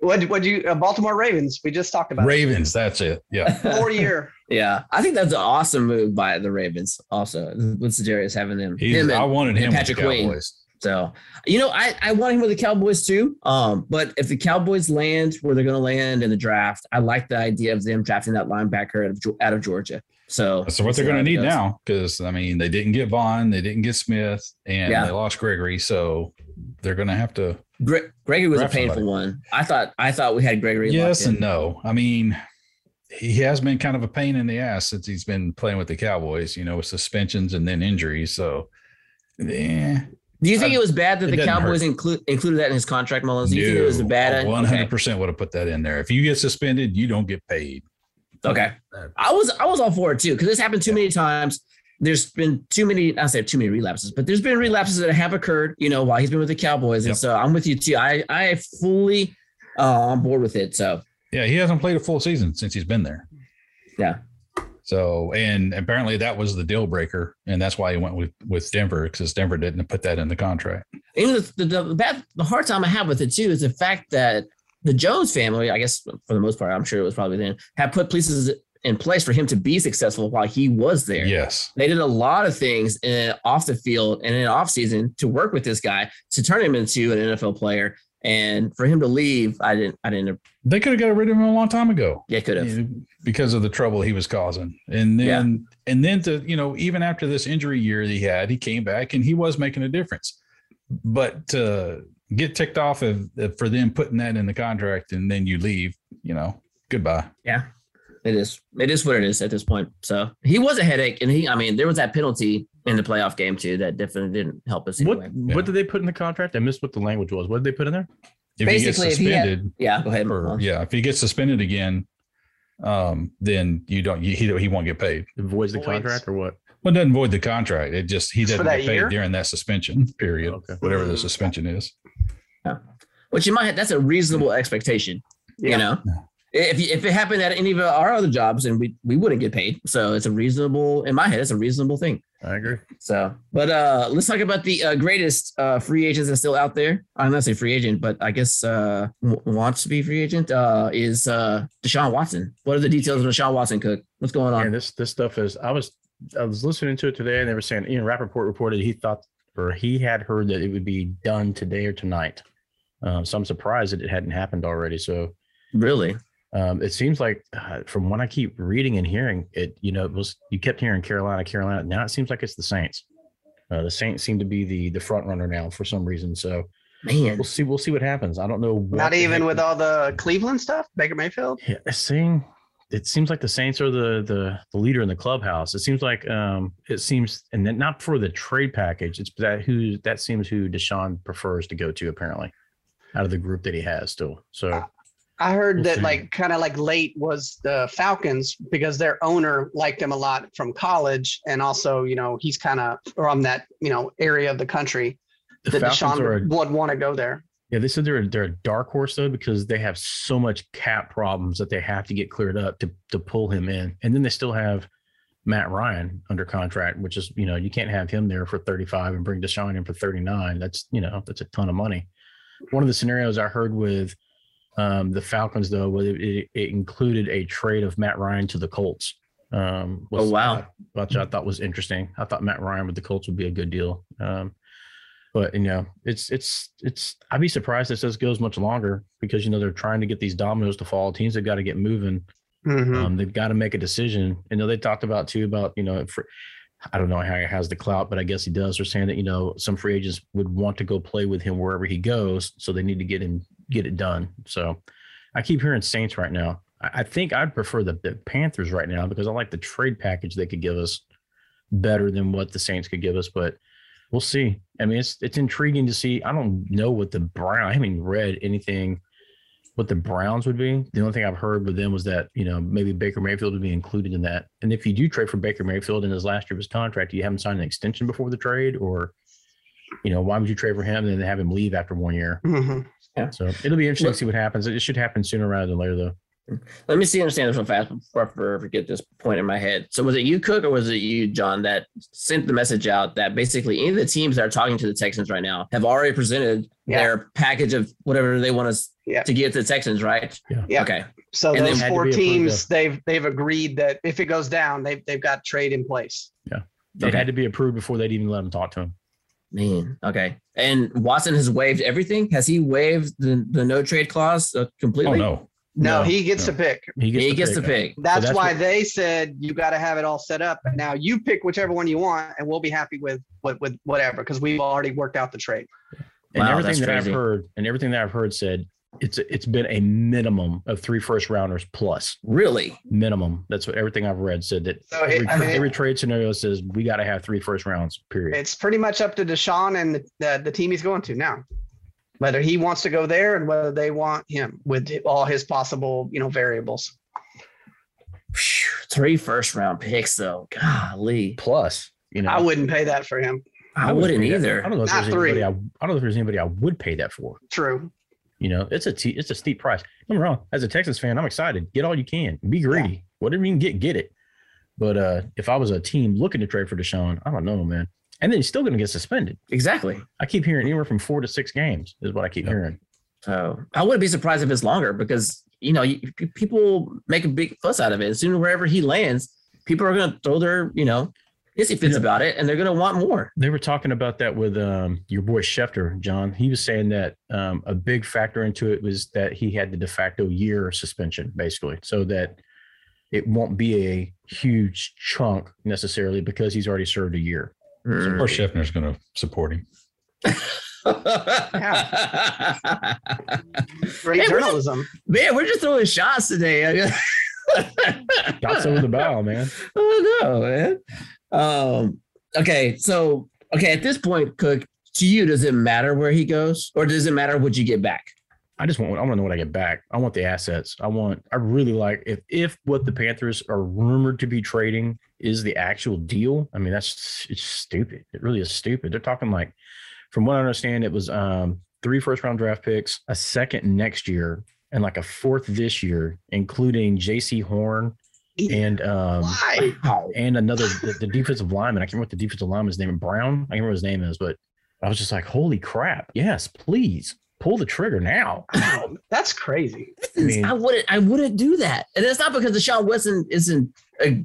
what what you uh, Baltimore Ravens? We just talked about it. Ravens, that's it. Yeah. four year. Yeah, I think that's an awesome move by the Ravens. Also, with Zedarius having them, He's, him I and, wanted him with the Patrick Queen. Cowboys. so you know, I I want him with the Cowboys too. Um, but if the Cowboys land where they're going to land in the draft, I like the idea of them drafting that linebacker out of, Ge- out of Georgia. So That's what we'll see they're going how to it need goes. now because I mean they didn't get Vaughn, they didn't get Smith, and Yeah. they lost Gregory, so they're going to have to. Gre- Gregory was a Draft painful somebody. one. I thought I thought we had Gregory. yes locked in. and no. I mean, he has been kind of a pain in the ass since he's been playing with the Cowboys, you know, with suspensions and then injuries. So, eh, Do you think I- it was bad it that the doesn't Cowboys include, included that in his contract, Mullins? Do you think it was a bad? one Okay. hundred percent would have put that in there. If you get suspended, you don't get paid. Okay. I was I was all for it too because this happened too many times. There's been too many. I say too many relapses, but there's been relapses that have occurred. You know, while he's been with the Cowboys, and Yep. so I'm with you too. I I fully uh, on board with it. So Yeah, he hasn't played a full season since he's been there. Yeah. So, and apparently that was the deal breaker, and that's why he went with with Denver because Denver didn't put that in the contract. And the, the, the bad, the hard time I have with it too is the fact that the Jones family, I guess for the most part, I'm sure it was probably them, have put pieces in place for him to be successful while he was there. Yes. They did a lot of things in, off the field and in off season to work with this guy to turn him into an NFL player. And for him to leave, I didn't, I didn't, They could have got rid of him a long time ago yeah, could have. because of the trouble he was causing. And then and then to, you know, even after this injury year that he had, he came back and he was making a difference. But to get ticked off of, for them putting that in the contract and then you leave, you know, goodbye. It is, it is what it is at this point. So he was a headache. And he, I mean, there was that penalty in the playoff game too that definitely didn't help us. What Anyway. Yeah. what did they put in the contract? I missed what the language was. What did they put in there? If Basically, you if get he had- suspended, Yeah, go ahead. or Mullins. yeah, if he gets suspended again, um, then you don't you, he he won't get paid. It voids the Voids. contract or what? Well, it doesn't void the contract. It just he doesn't that get paid year? during that suspension period, Okay. whatever the suspension is. Which in my head, that's a reasonable expectation. Yeah. You know, if if it happened at any of our other jobs, and we we wouldn't get paid, so it's a reasonable in my head, it's a reasonable thing. I agree. So, but uh, let's talk about the uh, greatest uh, free agents that's still out there. I'm not say free agent, but I guess uh, w- wants to be free agent uh, is uh, Deshaun Watson. What are the details of Deshaun Watson, Cook? What's going on? And this this stuff is I was I was listening to it today and they were saying Ian Rappaport reported he thought or he had heard that it would be done today or tonight. Um, so I'm surprised that it hadn't happened already. So Really? um, it seems like uh, from what I keep reading and hearing, it you know it was you kept hearing Carolina, Carolina. Now it seems like it's the Saints. Uh, the Saints seem to be the the front runner now for some reason. So Man, we'll see we'll see what happens. I don't know. What Not the even heck- with all the Cleveland stuff, Baker Mayfield. Yeah, it's seeing it seems like the Saints are the the the leader in the clubhouse. It seems like um it seems and then not for the trade package. It's that who that seems who Deshaun prefers to go to apparently out of the group that he has still. So I heard We'll that see. like kind of like late was the Falcons because their owner liked him a lot from college, and also you know he's kind of from that you know area of the country the that Falcons are a, Deshaun would want to go there. yeah they said they're a, they're a dark horse though because they have so much cap problems that they have to get cleared up to to pull him in, and then they still have. Matt Ryan under contract, which is, you know, you can't have him there for 35 and bring Deshaun in for 39. That's, you know, that's a ton of money. one of the scenarios I heard with um, the Falcons though was it, it, it included a trade of Matt Ryan to the Colts. Um, was- Oh, wow. which I thought was interesting. I thought Matt Ryan with the Colts would be a good deal. Um, but you know, it's it's it's. I'd be surprised if this goes much longer because you know they're trying to get these dominoes to fall. Teams have got to get moving. Mhm. Um, they've got to make a decision. And they talked about too about you know, for, I don't know how he has the clout, but I guess he does. They're saying that you know some free agents would want to go play with him wherever he goes, so they need to get him get it done. So I keep hearing Saints right now. I, I think I'd prefer the, the Panthers right now because I like the trade package they could give us better than what the Saints could give us, but. We'll see. I mean, it's it's intriguing to see. I don't know what the Brown. I haven't read anything what the Browns would be. The only thing I've heard with them was that, you know, maybe Baker Mayfield would be included in that. And if you do trade for Baker Mayfield in his last year of his contract, you haven't signed an extension before the trade, or, you know, why would you trade for him and then have him leave after one year? Mhm. So it'll be interesting to see what happens. It should happen sooner rather than later, though. Let me see, understand this one fast before I for- forget this point in my head. So, was it you, Cook, or was it you, John, that sent the message out that basically any of the teams that are talking to the Texans right now have already presented Yeah. their package of whatever they want us Yeah. to give to the Texans, right? Yeah. Yeah. Okay. So And they those had to four be approved teams, they've they've agreed that if it goes down, they've they've got trade in place. It Okay. had to be approved before they'd even let him talk to him. Man. Okay. And Watson has waived everything. Has he waived the, the no trade clause uh, Oh completely? no. No, No, he gets no. to pick. He He gets to pick. That's, that's why what- they said you got to have it all set up. And now you pick whichever one you want, and we'll be happy with with, with whatever because we've already worked out the trade. And Wow, everything that's that crazy. I've heard, and everything that I've heard said, it's it's been a minimum of three first rounders plus. Really? minimum. That's what everything I've read said that So it- every, I mean, it- every trade scenario says we got to have three first rounds. Period. It's pretty much up to Deshaun and the, the, the team he's going to now, whether he wants to go there and whether they want him with all his possible you know variables. Phew, three first round picks, though. Golly. Plus, you know, I wouldn't pay that for him. I, would wouldn't pay that- either. I don't know if Not there's three. anybody. I, I don't know if there's anybody I would pay that for. True. You know, it's a t- it's a steep price. Don't get me wrong. As a Texas fan, I'm excited. Get all you can. Be greedy. Whatever you can get, get it. But uh if I was a team looking to trade for Deshaun, I don't know, man. And then he's still going to get suspended. Exactly. I keep hearing anywhere from four to six games is what I keep Yeah. hearing. So I wouldn't be surprised if it's longer because you know you, p- people make a big fuss out of it. As soon as wherever he lands, people are going to throw their you know hissy fits Yeah. about it, and they're going to want more. they were talking about that with um, your boy Schefter, John. He was saying that um, a big factor into it was that he had the de facto year suspension, basically, so that it won't be a huge chunk necessarily because he's already served a year. Hmm. Of course Scheffner's gonna support him. Great Hey, we're- journalism. Man, we're just throwing shots today. Got some of the bow, man. Oh no, man. Um, okay, so okay, at this point, Cook, to you, does it matter where he goes, or does it matter what you get back? I just want I want to know what I get back. I want the assets. I want I really like if if what the Panthers are rumored to be trading is the actual deal. I mean that's it's stupid. It really is stupid. They're talking like from what I understand it was um three first round draft picks, a second next year and like a fourth this year including JC Horn and um Why? Wow. and another the, the defensive lineman. I can't remember what the defensive lineman's name Brown. I can't remember what his name is, but I was just like, holy crap! Yes, please pull the trigger now. Wow, That's crazy. I, mean- wouldn't. I wouldn't do that, and it's not because Deshaun Watson isn't, a, you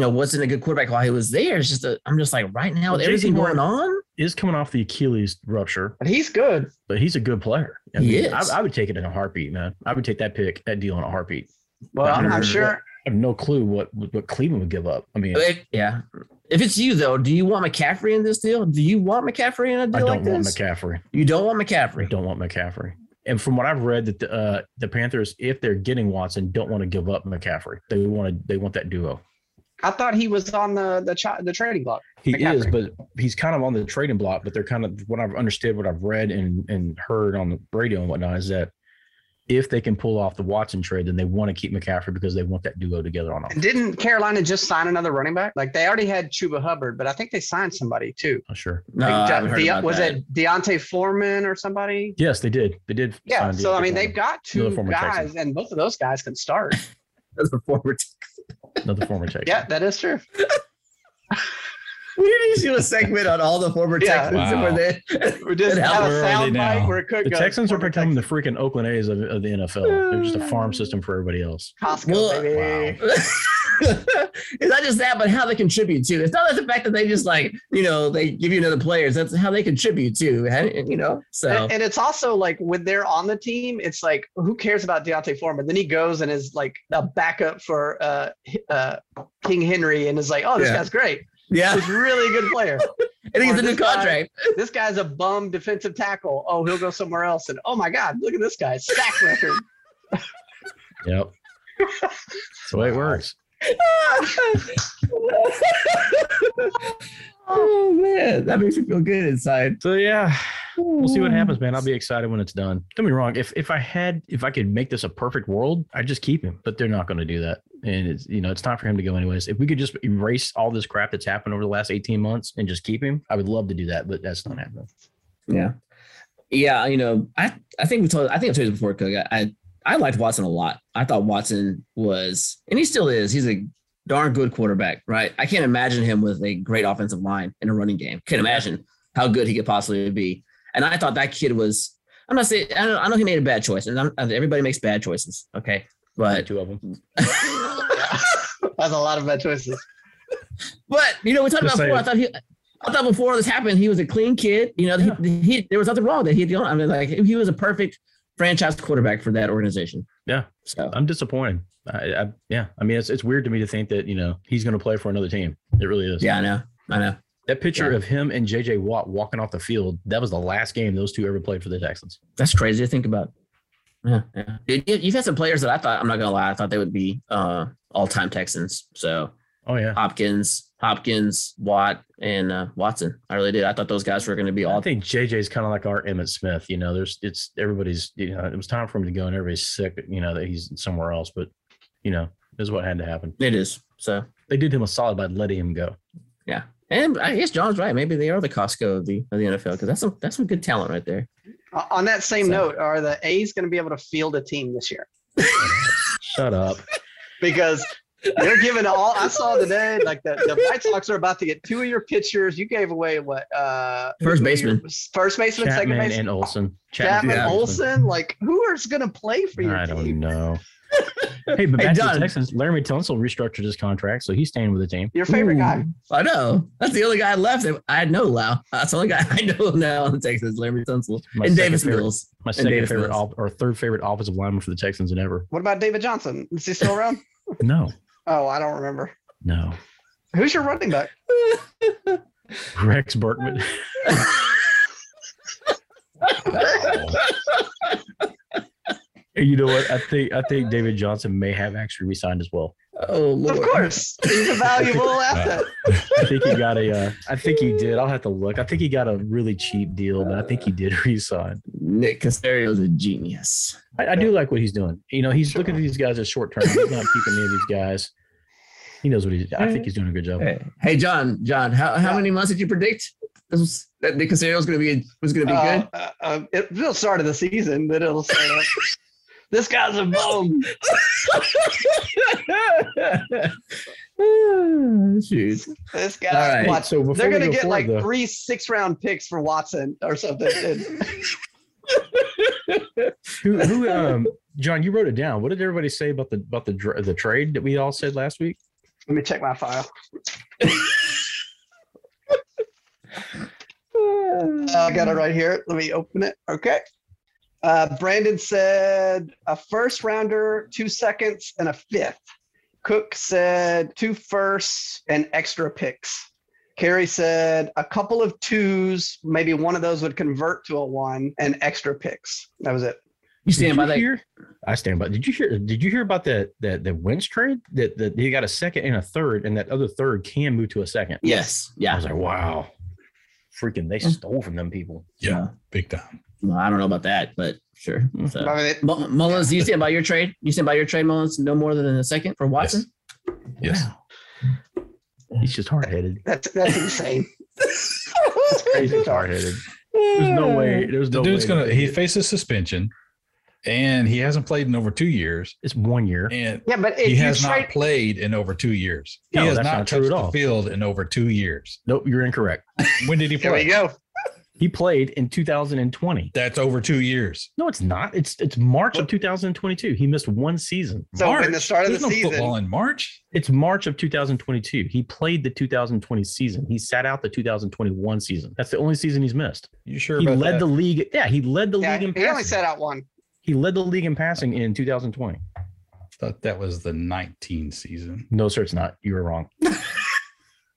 know, wasn't a good quarterback while he was there. It's just a, I'm just like right now with Well, everything JC Horn- going on. is coming off the Achilles rupture, But he's good. but he's a good player. I He mean, is. I, I would take it in a heartbeat, man. I would take that pick, that deal in a heartbeat. Well, I'm Hundred not percent. sure. I have no clue what what Cleveland would give up. I mean, If- yeah. If it's you though, do you want McCaffrey in this deal? Do you want McCaffrey in a I deal don't like want this? McCaffrey. you don't want I McCaffrey. don't want McCaffrey. And from what I've read, that the, uh, the Panthers, if they're getting Watson, don't want to give up McCaffrey. They want to. They want that duo. I thought he was on the the, chi- the trading block. He is, McCaffrey. but he's kind of on the trading block. But they're kind of what I've understood, what I've read and and heard on the radio and whatnot is that if they can pull off the Watson trade, then they want to keep McCaffrey because they want that duo together on offense. And didn't Carolina just sign another running back? Like they already had Chuba Hubbard, but I think they signed somebody too. Oh, sure. No, Like, I De- haven't heard De- about was that. it Deontay Foreman or somebody? Yes, they did. They did. Yeah. sign So I mean, they've Deontay got two Another former Texan. guys, and both of those guys can start. That's a former Foreman, another former Texan. yeah, that is true. We need to do a segment on all the former Yeah. Texans Wow. where they We just And have a where are they sound now? bite where it could The go. Texans are Former becoming the freaking Oakland A's of, of the NFL. They're just a farm system for everybody else. Costco, Well, baby. it's not just that, but how they contribute too. It's not that the fact that they just like you know they give you another players. That's how they contribute too. And, you know, so And, and it's also like when they're on the team, it's like who cares about Deontay Foreman? Then he goes and is like a backup for uh, H- uh, King Henry, and is like, oh, this Yeah. guy's great. yeah, He's a really good player. I think it's a or new this guy- contract. this guy's a bum defensive tackle. Oh, he'll go somewhere else. And oh my God, look at this guy sack record. Yep. That's the way it works. oh man, that makes me feel good inside. So yeah, we'll see what happens, man. I'll be excited when it's done. Don't be wrong. If if I had, if I could make this a perfect world, I'd just keep him. But they're not going to do that, and it's you know it's time for him to go anyways. If we could just erase all this crap that's happened over the last eighteen months and just keep him, I would love to do that. But that's not happening. Yeah, yeah. You know, I I think we told I think I told you before, Cook. I I, I liked Watson a lot. I thought Watson was, and he still is. He's a darn good quarterback, right? I can't imagine him with a great offensive line in a running game. Can't imagine how good he could possibly be. And I thought that kid was. I'm not saying I know, I know he made a bad choice, and I'm, everybody makes bad choices. Okay, but Two of them. That's a lot of bad choices. But you know, we talked Just about saying. before. I thought he, I thought before this happened, he was a clean kid. You know, he, he there was nothing wrong that he had done. I mean, like he was a perfect franchise quarterback for that organization. Yeah. So I'm disappointed. I, I yeah. I mean, it's it's weird to me to think that you know he's going to play for another team. It really is. yeah, I know, I know. That picture Yeah. of him and JJ Watt walking off the field, that was the last game those two ever played for the Texans. That's crazy to think about. Yeah, yeah. Dude, you- You've had some players that I thought I'm not gonna lie, I thought they would be uh, all-time Texans. So Oh yeah. Hopkins, Hopkins, Watt, and uh, Watson. I really did. I thought those guys were gonna be I all. think JJ is kind of like our Emmett Smith. You know, there's it's everybody's. You know, it was time for him to go, and everybody's sick. You know that he's somewhere else, but you know, this is what had to happen. It is so. They did him a solid by letting him go. And I guess John's right. Maybe they are the Costco of the of the NFL because that's some that's some good talent right there. O- On that same So- note, are the A's going to be able to field a team this year? Shut up. Because they're giving all. I saw today, like the, the White Sox are about to get two of your pitchers. You gave away what? Uh, who were First baseman. your- First baseman, second Chapman baseman. and Olson. Chapman, Yeah. Olson. Like, who is going to play for your I team? don't know. hey, but Hey, back to Doug. the Texans. Laramie Tunsil restructured his contract, so he's staying with the team. Your favorite Ooh. guy. I know. That's the only guy left. that I know Lau. That's the only guy I know now in Texas, Larry Tunsil. My and second Davis favorite- Mills. My second Davis favorite Mills. op- or third favorite offensive lineman for the Texans in ever. What about David Johnson? Is he still around? No, oh, I don't remember. no. Who's your running back? Rex Berkman. you know what? I think I think David Johnson may have actually resigned as well. oh Lord. Of course, he's a valuable asset. I think he got a. Uh, I think he did. I'll have to look. I think he got a really cheap deal, but I think he did resign. Nick Casario's a genius. I, I do like what he's doing. You know, he's looking at these guys as short term. He's not keeping any of these guys. He knows what he's. I think he's doing a good job. Hey, hey, John, John, how, how Yeah. many months did you predict this was, that Nick Casario's gonna be was gonna be Uh, good? uh, uh, it, it'll start of the season, but it'll start. up. this guy's a bum. Uh, Shoot. This All guy. right, Watson. So before They're we gonna go get forward, like though- three six-round picks for Watson or something. And who, who um John, you wrote it down. What did everybody say about the about the dr- the trade that we all said last week? let me check my file. Uh, I got it right here. Let me open it. Okay. Uh, Brandon said a first rounder, two seconds, and a fifth. Cook said two firsts and extra picks. Carrie said a couple of twos, maybe one of those would convert to a one, and extra picks. That was it. You Did stand by you that. hear- I stand by. Did you hear? Did you hear about that that the Wentz trade? That that he got a second and a third, and that other third can move to a second. Yes. I Yeah. was like, wow, freaking! They Mm. Yeah. stole from them people. Yeah, big time. Well, I don't know about that, but sure. So. I mean, it- Mul- Mullins, you stand by your trade. You stand by your trade, Mullins. No more than a second for Watson. Yes. Mm. Wow. He's just hard headed. that's that's insane. Crazy hard headed. There's no way. There's The no dude's way gonna that he they- faces suspension. and he hasn't played in over two years. It's one year. And Yeah, but if he you has trade, not played in over two years. No, he has that's not, not true touched at the all. field in over two years. Nope, you're incorrect. When did he there we play? go. He played in 2020. That's over two years. No, it's not. It's it's March of 2022. He missed one season. So in the start of There's the no season, football in March. It's March of 2022. He played the 2020 season. He sat out the 2021 season. That's the only season he's missed. You sure? he about led that? the league. Yeah, he led the yeah, league in he only passing. set out one. he led the league in passing in 2020. Thought that was the 19 season. No, sir, it's not. You were wrong.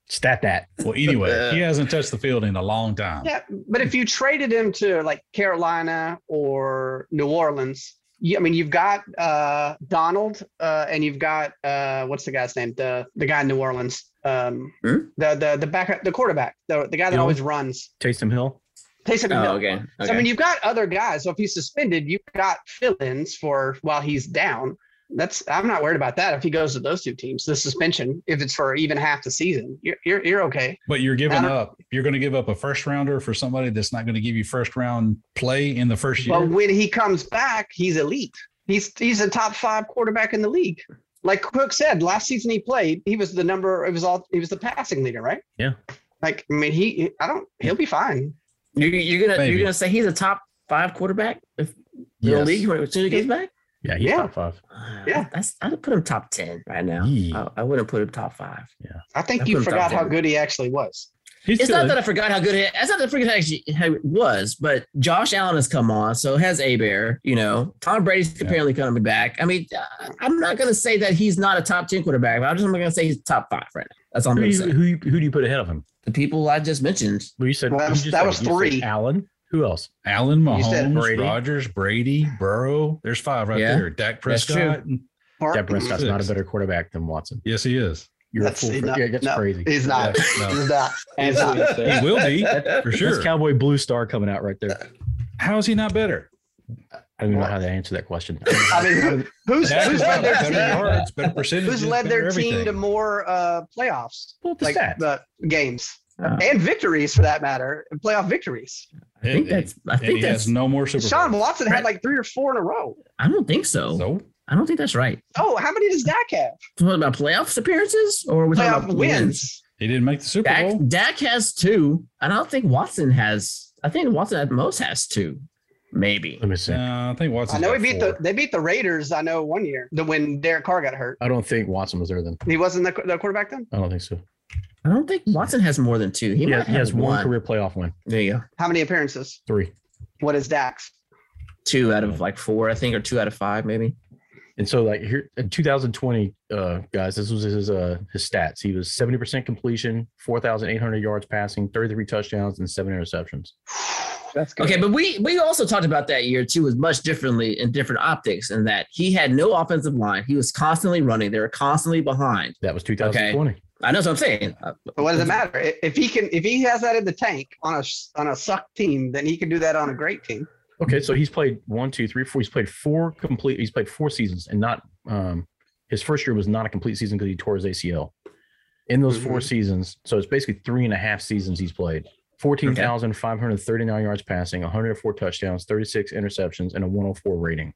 Stat that. Well, anyway, he hasn't touched the field in a long time. Yeah, but if you traded him to like Carolina or New Orleans, you, I mean, you've got uh, Donald uh, and you've got uh, what's the guy's name? The the guy in New Orleans, um, Hmm? the the the back the quarterback, the the guy that Hill? always runs. Taysom Hill. Taysom Oh, Hill. okay. okay. So, I mean, you've got other guys. So if he's suspended, you've got fill-ins for while he's down. That's I'm not worried about that. If he goes to those two teams, the suspension, if it's for even half the season, you're you're, you're okay. But you're giving I don't- up. You're going to give up a first rounder for somebody that's not going to give you first round play in the first year. But when he comes back, he's elite. He's he's a top five quarterback in the league. Like Cook said, last season he played, he was the number. It was all. He was the passing leader, right? Yeah. Like I mean, he I don't. He'll be fine. You, you're gonna Maybe. you're gonna say he's a top five quarterback if the Yes. league when- as soon as he comes back. Yeah, he's Yeah. top five. Uh, Yeah. that's I'd put him top ten right now. Yee. I, I wouldn't put him top five. I think That's you what I'm forgot talking how about. good he actually was. He's It's not good. that I forgot how good it. It's not that I forgot how actually how it was, but Josh Allen has come on, so has A Bear. You know, Tom Brady's Yeah. apparently coming back. I mean, uh, I'm not gonna say that he's not a top ten quarterback, but I'm just gonna say he's top five right now. That's all I'm who, do gonna you, say. who, you- who do you put ahead of him? The people I just mentioned. Well, you said Well, that you was- just that said- was you said three. Allen. Who else? Allen You said Mahomes, Brady. Rogers, Brady, Burrow. There's five right Yeah. there. Dak That's true. Prescott. Or- Dak Prescott's not a Six. better quarterback than Watson. Yes, he is. You're That's- a fool. he's for- not- yeah, that's no. crazy. He's not. Yeah, no. He's not. He's not. he will be for That's sure. Cowboy Blue Star coming out right there. How is he not better? I don't even know What? how to answer that question. I mean, who- who's Dak who's is led their better, better team? yards, better percentage. Who's led their team to more uh, playoffs, Pull up the like stats. the games Uh, and victories for that matter, and playoff victories? I think that's. I And think he has that's. no more Super Sean Bowls. Watson had like three or four in a row. I don't think so. So I don't think that's right. Oh, how many does Dak have? What about playoffs appearances or we're talking Playoff about wins. wins? he didn't make the Super Dak, Bowl. Dak has two. and I don't think Watson has. I think Watson at most has two, maybe. Let me see. Uh, I think Watson. I know he beat the they beat the Raiders. I know one year the when Derek Carr got hurt. I don't think Watson was there then. He wasn't the, the quarterback then. I don't think so. I don't think Watson has more than two. He, He, has, might he has have one, one. career playoff win. There you go. How many appearances? Three. What is Dak's? Two out of like four, I think, or two out of five, maybe. And so, like here in 2020, uh, guys, this was his uh, his stats. He was 70% completion, 4,800 yards passing, 33 touchdowns, and seven interceptions. That's good. Okay, but we we also talked about that year too was much differently in different optics, in that he had no offensive line. He was constantly running. They were constantly behind. That was 2020. I know what I'm saying. Uh, But what does it matter I- if he can? If he has that in the tank on a s- on a suck team, then he can do that on a great team. Okay, so he's played one, two, three, four. He's played four complete. He's played four seasons, and not um, his first year was not a complete season because he tore his ACL. In those four seasons, so it's basically three and a half seasons he's played. Fourteen thousand five hundred thirty-nine yards passing, 104 touchdowns, 36 interceptions, and a 104 rating.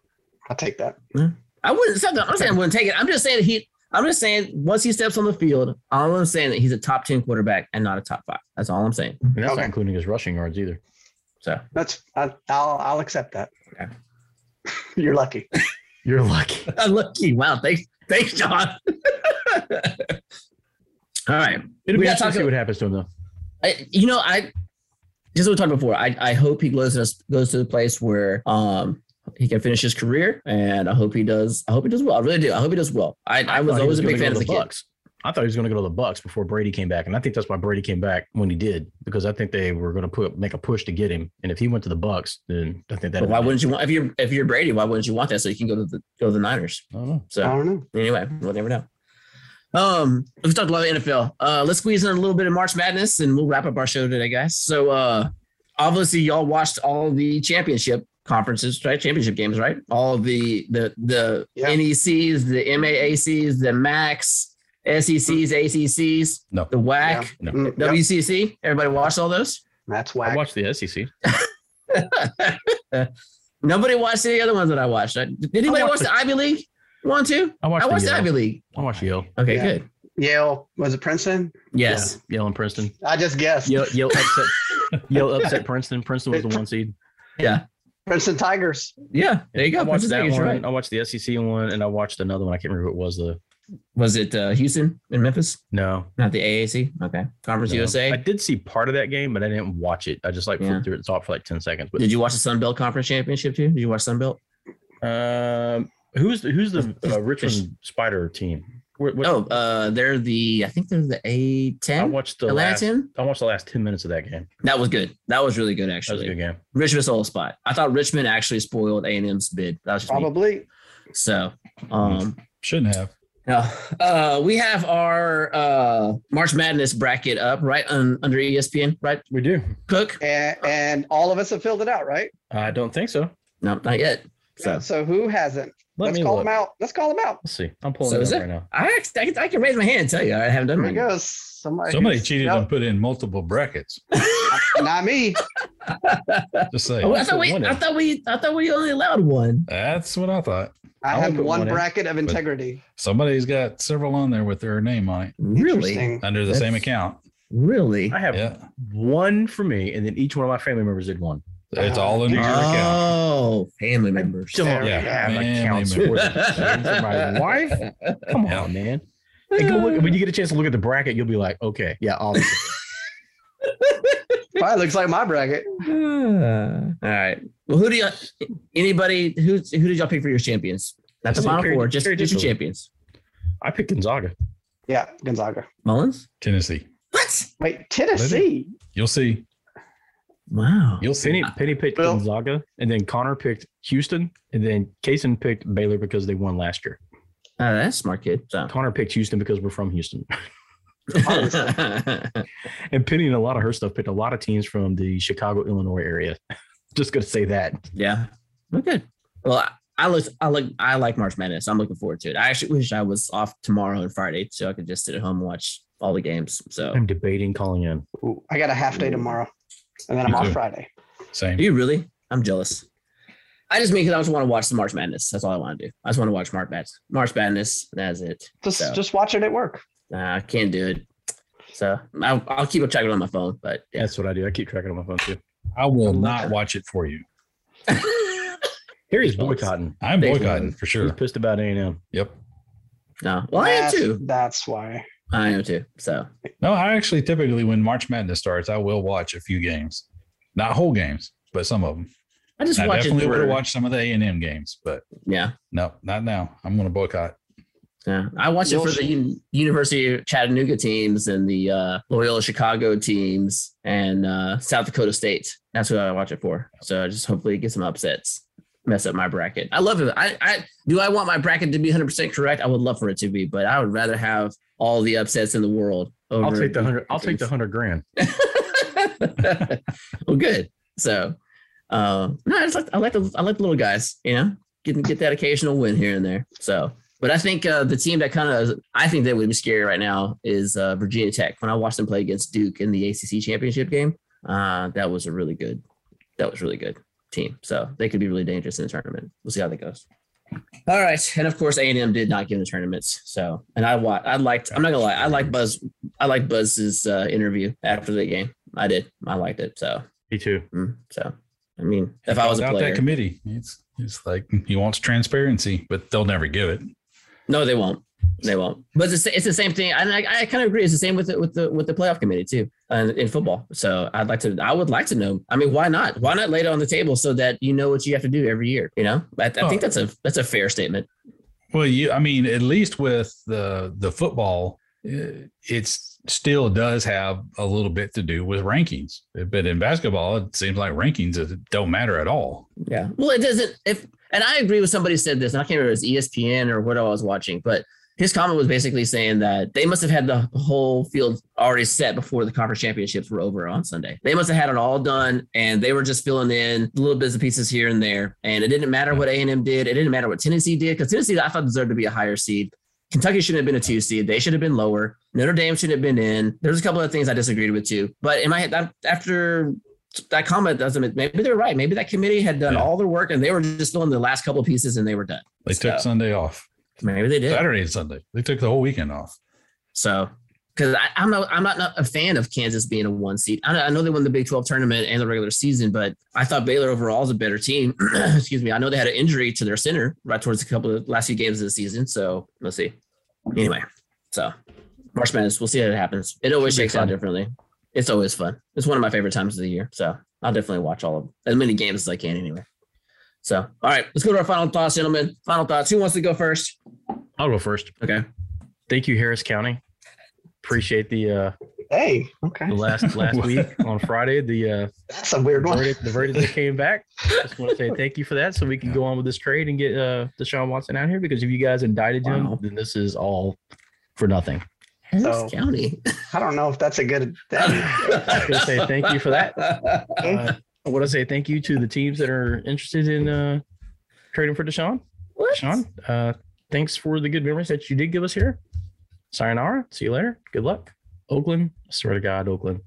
I'll take that. I wouldn't. it's not that I'm saying I wouldn't take it. I'm just saying he. I'm just saying once he steps on the field, all I'm saying that he's a top ten quarterback and not a top five. That's all I'm saying. And that's Okay. not including his rushing yards either. So That's I, I'll I'll accept that. Okay. You're lucky. You're lucky. lucky. Uh, Wow. Thanks. Thanks, John. all right. It'll We be gotta interesting to talk see what happens to him though. I, you know, I just what we talked before. I, I hope he goes to this- goes to the place where um he can finish his career, and I hope he does. I hope he does well. I really do. I hope he does well. I, I, thought was he always a gonna big go fan to of the the kid. Bucks. I thought he was going to go to the Bucks before Brady came back, and I think that's why Brady came back when he did because I think they were going to put make a push to get him. And if he went to the Bucks, then I think that. But why wouldn't you want if you're if you're Brady? Why wouldn't you want that so you can go to the go to the Niners? I don't know. So I don't know. anyway, we'll never know. Um, we've talked a lot of NFL. Uh, let's squeeze in a little bit of March Madness, and we'll wrap up our show today, guys. So, uh, obviously, y'all watched all the championship conferences, right? Championship games, right? All the the the Yeah. NECs, the MAACs, the MACs, E SECs, ACCs, No. the WAC, Mm-hmm. No. Yeah. Mm, yep. WCC. Everybody watched all those? E That's I whack. watched the SEC. Matt Nobody watched any other ones that I watched. I- Did anybody watched watch the Ivy League one too? I watched, I watched the the Yale. Ivy League. I watched Yale. Okay, Yeah. good. Yale was it Princeton? Yes. Yeah, Yale and Princeton. I just guessed. Yale, Yale upset. Yale upset Princeton. Princeton was the one seed. Yeah. Princeton Tigers. Yeah. There you go. I watched Princess that Agnes, one. you're I watched the SEC one, and I watched another one. I can't remember what it was the Was it uh, Houston in Memphis? no. Not the AAC. Okay. Conference no. USA. I did see part of that game, but I didn't watch it. I just like Yeah. flipped through it and saw it for like ten seconds. But Did you watch the Sun Belt Conference Championship too? Did you watch Sun Belt? um, who's the, who's the uh, Richmond Spider team? What, what, Oh, uh, they're the I think they're the A I ten. watched the Atlanta last. ten. I watched the last ten minutes of that game. That was good. That was really good That was a actually. good game. Richmond stole a spot. I thought Richmond actually spoiled A and M's bid. That was just me. Probably. so. Um, Shouldn't have. No. Uh, we have our uh, March Madness bracket up right un- under E ESPN, right? We do. Cook? And, and all of us have filled it out, right? I don't think so. No, not yet. So, So who hasn't? Let Let's me call look. them out. Let's call them out. Let's see. I'm pulling So it is up it- right now. I, act- I, can, I can raise my hand and tell you I haven't done There mine. it yet. goes. Somebody, Somebody who's- cheated Yep. and put in multiple brackets. Not me. Just say Oh, I thought also we, won it. I thought we, I thought we only allowed one. that's what I thought. I I'll have put one one in. bracket of integrity. Somebody's got several on there with their name on it Really, Interesting. under the That's- same account. really. I have Yeah, one for me, and then each one of my family members did one. it's all under your Uh, account. Oh, family members. Don't Yeah. have Man, accounts man. for them. For my wife. Come Yeah. on, man. And go look when you get a chance to look at the bracket, you'll be like, okay, yeah, obviously. Probably looks like my bracket. Ah. all right. Well, who do you? Anybody who who did y'all pick for your champions? Not the Just final carry- four, just, carry just your digital. champions. I picked Gonzaga. Yeah, Gonzaga. Mullins. Tennessee. What? Wait, Tennessee. You'll see. Wow. You'll see. Penny Penny picked Well- Gonzaga, and then Connor picked Houston, and then Kaysen picked Baylor because they won last year. Oh, that's a smart kid. So. Connor picked Houston because we're from Houston, Obviously. and Penny and a lot of her stuff picked a lot of teams from the Chicago, Illinois area. Just gonna say that. yeah. Okay. Well, I, I look, I look, I like March Madness. I'm looking forward to it. I actually wish I was off tomorrow and Friday so I could just sit at home and watch all the games. So, I'm debating calling in. Ooh, I got a half day tomorrow, and then I'm Me off too. Friday. Same. do you really? I'm jealous. I just mean because I just want to watch the March Madness. That's all I want to do. I just want to watch March Madness. March Madness. That's it. Just So- just watch it at work. Nah, I can't do it. So I'll, I'll keep a track of it on my phone. But yeah. That's what I do. I keep tracking on my phone too. I will not watch it for you. Harry's boycotting. I'm Thanks, boycotting man. for He's sure. pissed about A and M. Yep. no, well, I am that's, too. That's why. I am too. So No, I actually typically when March Madness starts, I will watch a few games, not whole games, but some of them. I just I watch it. definitely would through. have watched some of the A and M games, but Yeah. no, not now. I'm going to boycott. Yeah, I watch it for the Un- University of Chattanooga teams and the uh, Loyola Chicago teams and uh, South Dakota State. That's what I watch it for. So I just hopefully get some upsets, mess up my bracket. I love it. I, I do. I want my bracket to be 100 percent correct. I would love for it to be, but I would rather have all the upsets in the world. Over I'll take the hundred. I'll take the hundred grand. well, good. So, um, no, I just like I like the I like the little guys. You know, get get that occasional win here and there. So, but I think uh, the team that kind of I think that would be scary right now is uh, Virginia Tech. When I watched them play against Duke in the ACC championship game, uh, that was a really good. That was really good team. So they could be really dangerous in the tournament. We'll see how that goes. All right, and of course A and M did not get in the tournaments. So, and I wa- I liked. I'm not gonna lie. I like Buzz. I like Buzz's uh, interview after the game. I did. I liked it. So, Me too. mm, so I mean, if I was a Without player, that committee, it's it's like he wants transparency, but they'll never give it. no, they won't. They won't. But it's the, it's the same thing, and I, I kind of agree. It's the same with the, with the with the playoff committee too, uh, in football. So I'd like to. I would like to know. I mean, why not? Why not lay it on the table so that you know what you have to do every year? You know, I, I think that's a that's a fair statement. Well, you, I mean, at least with the the football, eh, it's still does have a little bit to do with rankings. But in basketball, it seems like rankings is- don't matter at all. Yeah. Well, it doesn't. If and I agree with somebody said this. And I can't remember if it was E ESPN or what I was watching, but his comment was basically saying that they must have had the whole field already set before the conference championships were over on Sunday. They must have had it all done, and they were just filling in little bits and pieces here and there. And it didn't matter what A and M did. It didn't matter what Tennessee did because Tennessee, I thought, deserved to be a higher seed. Kentucky shouldn't have been a two seed. They should have been lower. Notre Dame should have been in. There's a couple of things I disagreed with too. But in my head, that- after that comment doesn't. Maybe they're right. Maybe that committee had done Yeah. all their work and they were just doing the last couple of pieces and they were done. They took So- Sunday off, Maybe they did. Saturday and Sunday. They took the whole weekend off. So, because I'm not, I'm not, not a fan of Kansas being a one seed. I know, I know they won the Big 12 tournament and the regular season, but I thought Baylor overall is a better team. Excuse me. I know they had an injury to their center right towards a couple of last few games of the season. So let's see. Anyway, so March Madness, we'll see how it happens. It always Should be shakes out fun. differently. It's always fun. It's one of my favorite times of the year. So I'll definitely watch all of as many games as I can anyway. So, all right, let's go to our final thoughts, gentlemen. Final thoughts. Who wants to go first? I'll go first. Okay. Thank you, Harris County. Appreciate the uh Hey, okay. the last last What? week on Friday. The uh That's a weird one. verdict, the verdict that came back. Just want to say thank you for that. So we can go on with this trade and get uh Deshaun Watson out here because if you guys indicted him, Wow. then this is all for nothing. Harris So- County. I don't know if that's a good. That, I'm gonna say thank you for that. Okay. Uh, I want to say thank you to the teams that are interested in uh trading for Deshaun. What? Sean, uh, thanks for the good memories that you did give us here. Sayonara. See you later. Good luck. Oakland. I swear to God, Oakland.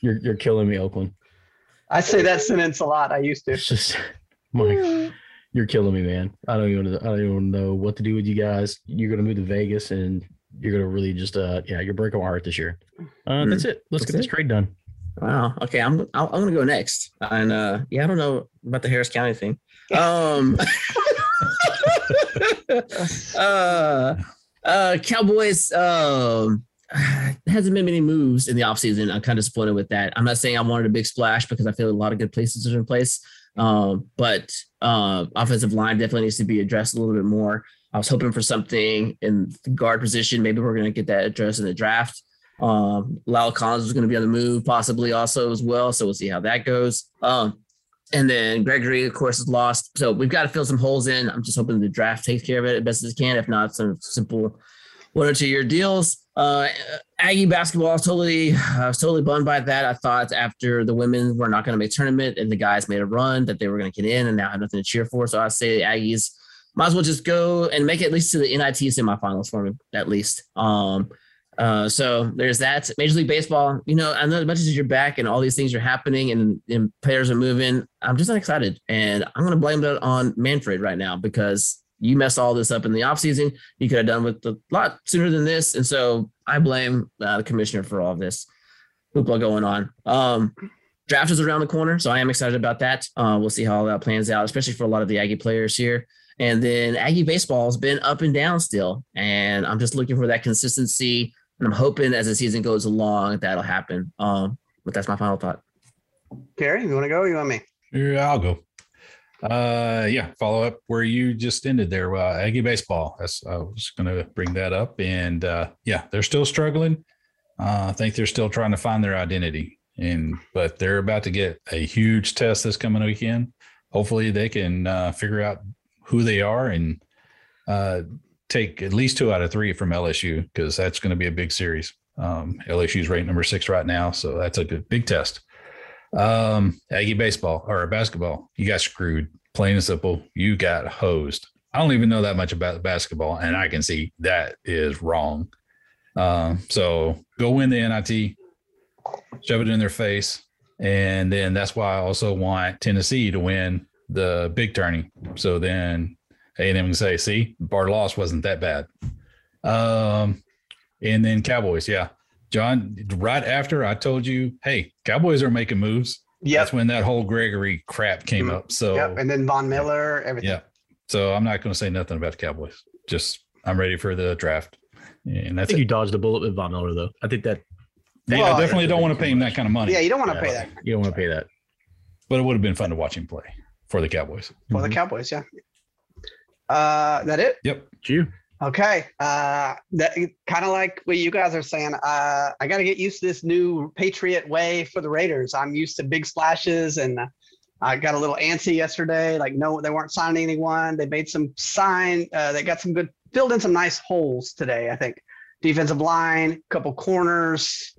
you're you're killing me, Oakland. I say that sentence a lot. I used to. It's just my you're killing me, man. I don't even I don't even know what to do with you guys. You're gonna move to Vegas and you're gonna really just uh yeah, you're breaking my heart this year. Uh, that's it. Let's That's get this it. trade done. Wow. Okay, I'm I'm I'm gonna go next, and uh, yeah, I don't know about the Harris County thing. Um, uh, uh, Cowboys. Um, hasn't been many moves in the offseason. I'm kind of disappointed with that. I'm not saying I wanted a big splash because I feel a lot of good places are in place. Um, but uh, offensive line definitely needs to be addressed a little bit more. I was hoping for something in the guard position. Maybe we're going to get that addressed in the draft. Um, Lyle Collins is going to be on the move, possibly also as well. So we'll see how that goes. Um, and then Gregory, of course, is lost. So we've got to fill some holes in. I'm just hoping the draft takes care of it as best as it can. If not, some simple one or two year deals. Uh, Aggie basketball, I was totally, I was totally bummed by that. I thought after the women were not going to make tournament and the guys made a run that they were going to get in and now have nothing to cheer for. So I say Aggies might as well just go and make it at least to the NIT semifinals for me, at least. Um, uh, so there's that. Major League Baseball, you know, I know as much as you're back and all these things are happening and, and players are moving, I'm just not excited. And I'm going to blame that on Manfred right now because you messed all this up in the offseason. You could have done with a lot sooner than this. And so I blame uh, the commissioner for all of this hoopla going on. Um, draft is around the corner, so I am excited about that. Uh, we'll see how all that plans out, especially for a lot of the Aggie players here. And then Aggie baseball has been up and down still, and I'm just looking for that consistency. And I'm hoping as the season goes along that'll happen. Um, but that's my final thought. Gary, you want to go? Or you want me? Yeah, I'll go. Uh, yeah, follow up where you just ended there. Uh, Aggie baseball. That's I was going to bring that up, and uh, yeah, they're still struggling. Uh, I think they're still trying to find their identity, and but they're about to get a huge test this coming weekend. Hopefully, they can uh, figure out who they are and uh, take at least two out of three from LSU because that's going to be a big series. Um, LSU's ranked number six right now, so that's a good big test. Um, Aggie baseball or basketball, you got screwed. Plain and simple, you got hosed. I don't even know that much about basketball, and I can see that is wrong. Um, so go win the NIT, shove it in their face, and then that's why I also want Tennessee to win the big tourney. So then A and M can say, "See, bar loss wasn't that bad." Um, and then Cowboys, yeah, John. Right after I told you, hey, Cowboys are making moves. Yep. That's when that whole Gregory crap came Mhm. up. So Yep. And then Von Miller, everything. yeah. So I'm not going to say nothing about the Cowboys. Just I'm ready for the draft, and I that's think it. you dodged a bullet with Von Miller though. I think that And Well, I definitely don't want to pay him that kind of money. Yeah, you don't want to Yeah. pay that you don't want to pay that. but it would have been fun to watch him play for the Cowboys. for the Mhm. Cowboys. Yeah. Uh, that it? Yep. You. Okay. Uh, that kind of like what you guys are saying. Uh, I got to get used to this new Patriot way for the Raiders. I'm used to big splashes, and uh, I got a little antsy yesterday. Like, no, they weren't signing anyone. They made some sign. Uh, they got some good filled in some nice holes today. I think defensive line, couple corners.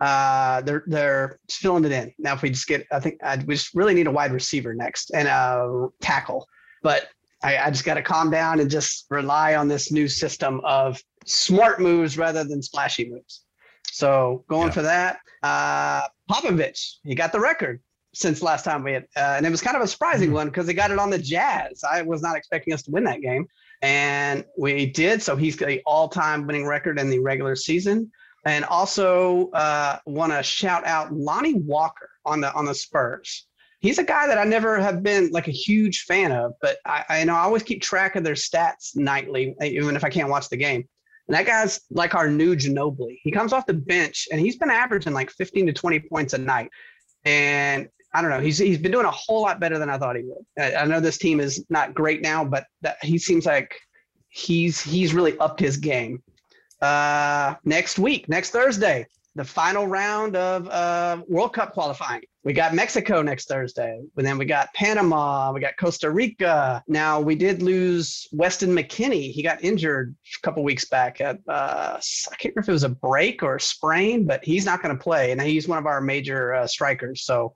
Uh, they're they're filling it in now. If we just get, I think I, we just really need a wide receiver next and a tackle. But I, I just got to calm down and just rely on this new system of smart moves rather than splashy moves. So going Yeah. for that, uh, Popovich, he got the record since last time we had, uh, and it was kind of a surprising one because he got it on the Jazz. I was not expecting us to win that game, and we did. So he's got the all-time winning record in the regular season, and also uh, want to shout out Lonnie Walker on the on the Spurs. He's a guy that I never have been like a huge fan of, but I, I know I always keep track of their stats nightly, e, even if I can't watch the game. And that guy's like our new Ginobili. He comes off the bench and he's been averaging like 15 to 20 points a night. And I don't know, he's he's been doing a whole lot better than I thought he would. I, I know this team is not great now, but that, he seems like he's he's really upped his game. Uh, next week, next Thursday, the final round of uh, World Cup qualifying. We got Mexico next Thursday, and then we got Panama, we got Costa Rica. Now we did lose Weston McKinney. He got injured a couple weeks back. At, uh, I can't remember if it was a break or a sprain, but he's not going to play, and he's one of our major uh, strikers. So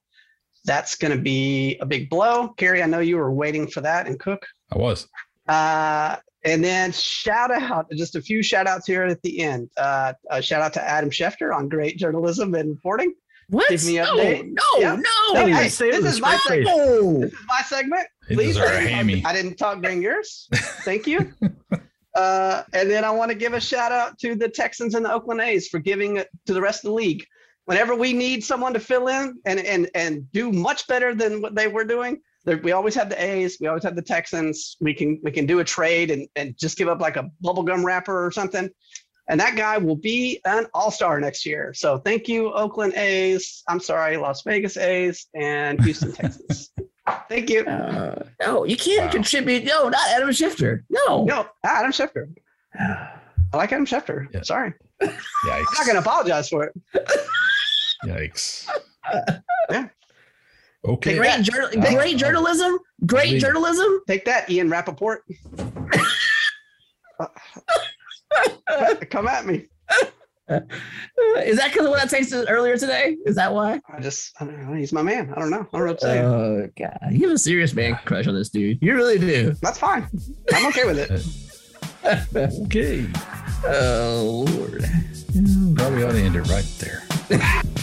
that's going to be a big blow. Kerry, I know you were waiting for that, and Cook. I was. Uh, and then shout out, just a few shout outs here at the end. Uh, a shout out to Adam Schefter on great journalism and reporting. What? Give me an no, update. no, Yeah. no. Hey, even say it this was is my straight segment. This is my segment. He Please, deserved I a didn't- hammy. I didn't talk during yours. Thank you. Uh, and then I want to give a shout out to the Texans and the Oakland A's for giving it to the rest of the league. Whenever we need someone to fill in and and and do much better than what they were doing, there- we always have the A's. We always have the Texans. We can we can do a trade and and just give up like a bubblegum wrapper or something. And that guy will be an all star next year. So thank you, Oakland A's. I'm sorry, Las Vegas A's and Houston Texans. Thank you. Uh, no, you can't Wow. contribute. No, not Adam Shifter. No. No, Adam Schefter. I like Adam Schefter. Yeah. Sorry. I'm not going Yikes. to apologize for it. Yikes. Yeah. Okay. Great, jour- Oh, great oh. journalism. Great Believe it. journalism. Take that, Ian Rappaport. Come at me. Is that because of what I tasted earlier today? Is that why? I just, I don't know. He's my man. I don't know. I don't know what to say. Oh god, you have a serious man crush on this dude. You really do. That's fine. I'm okay with it. Okay. Oh lord. Oh, Probably ought to end it right there.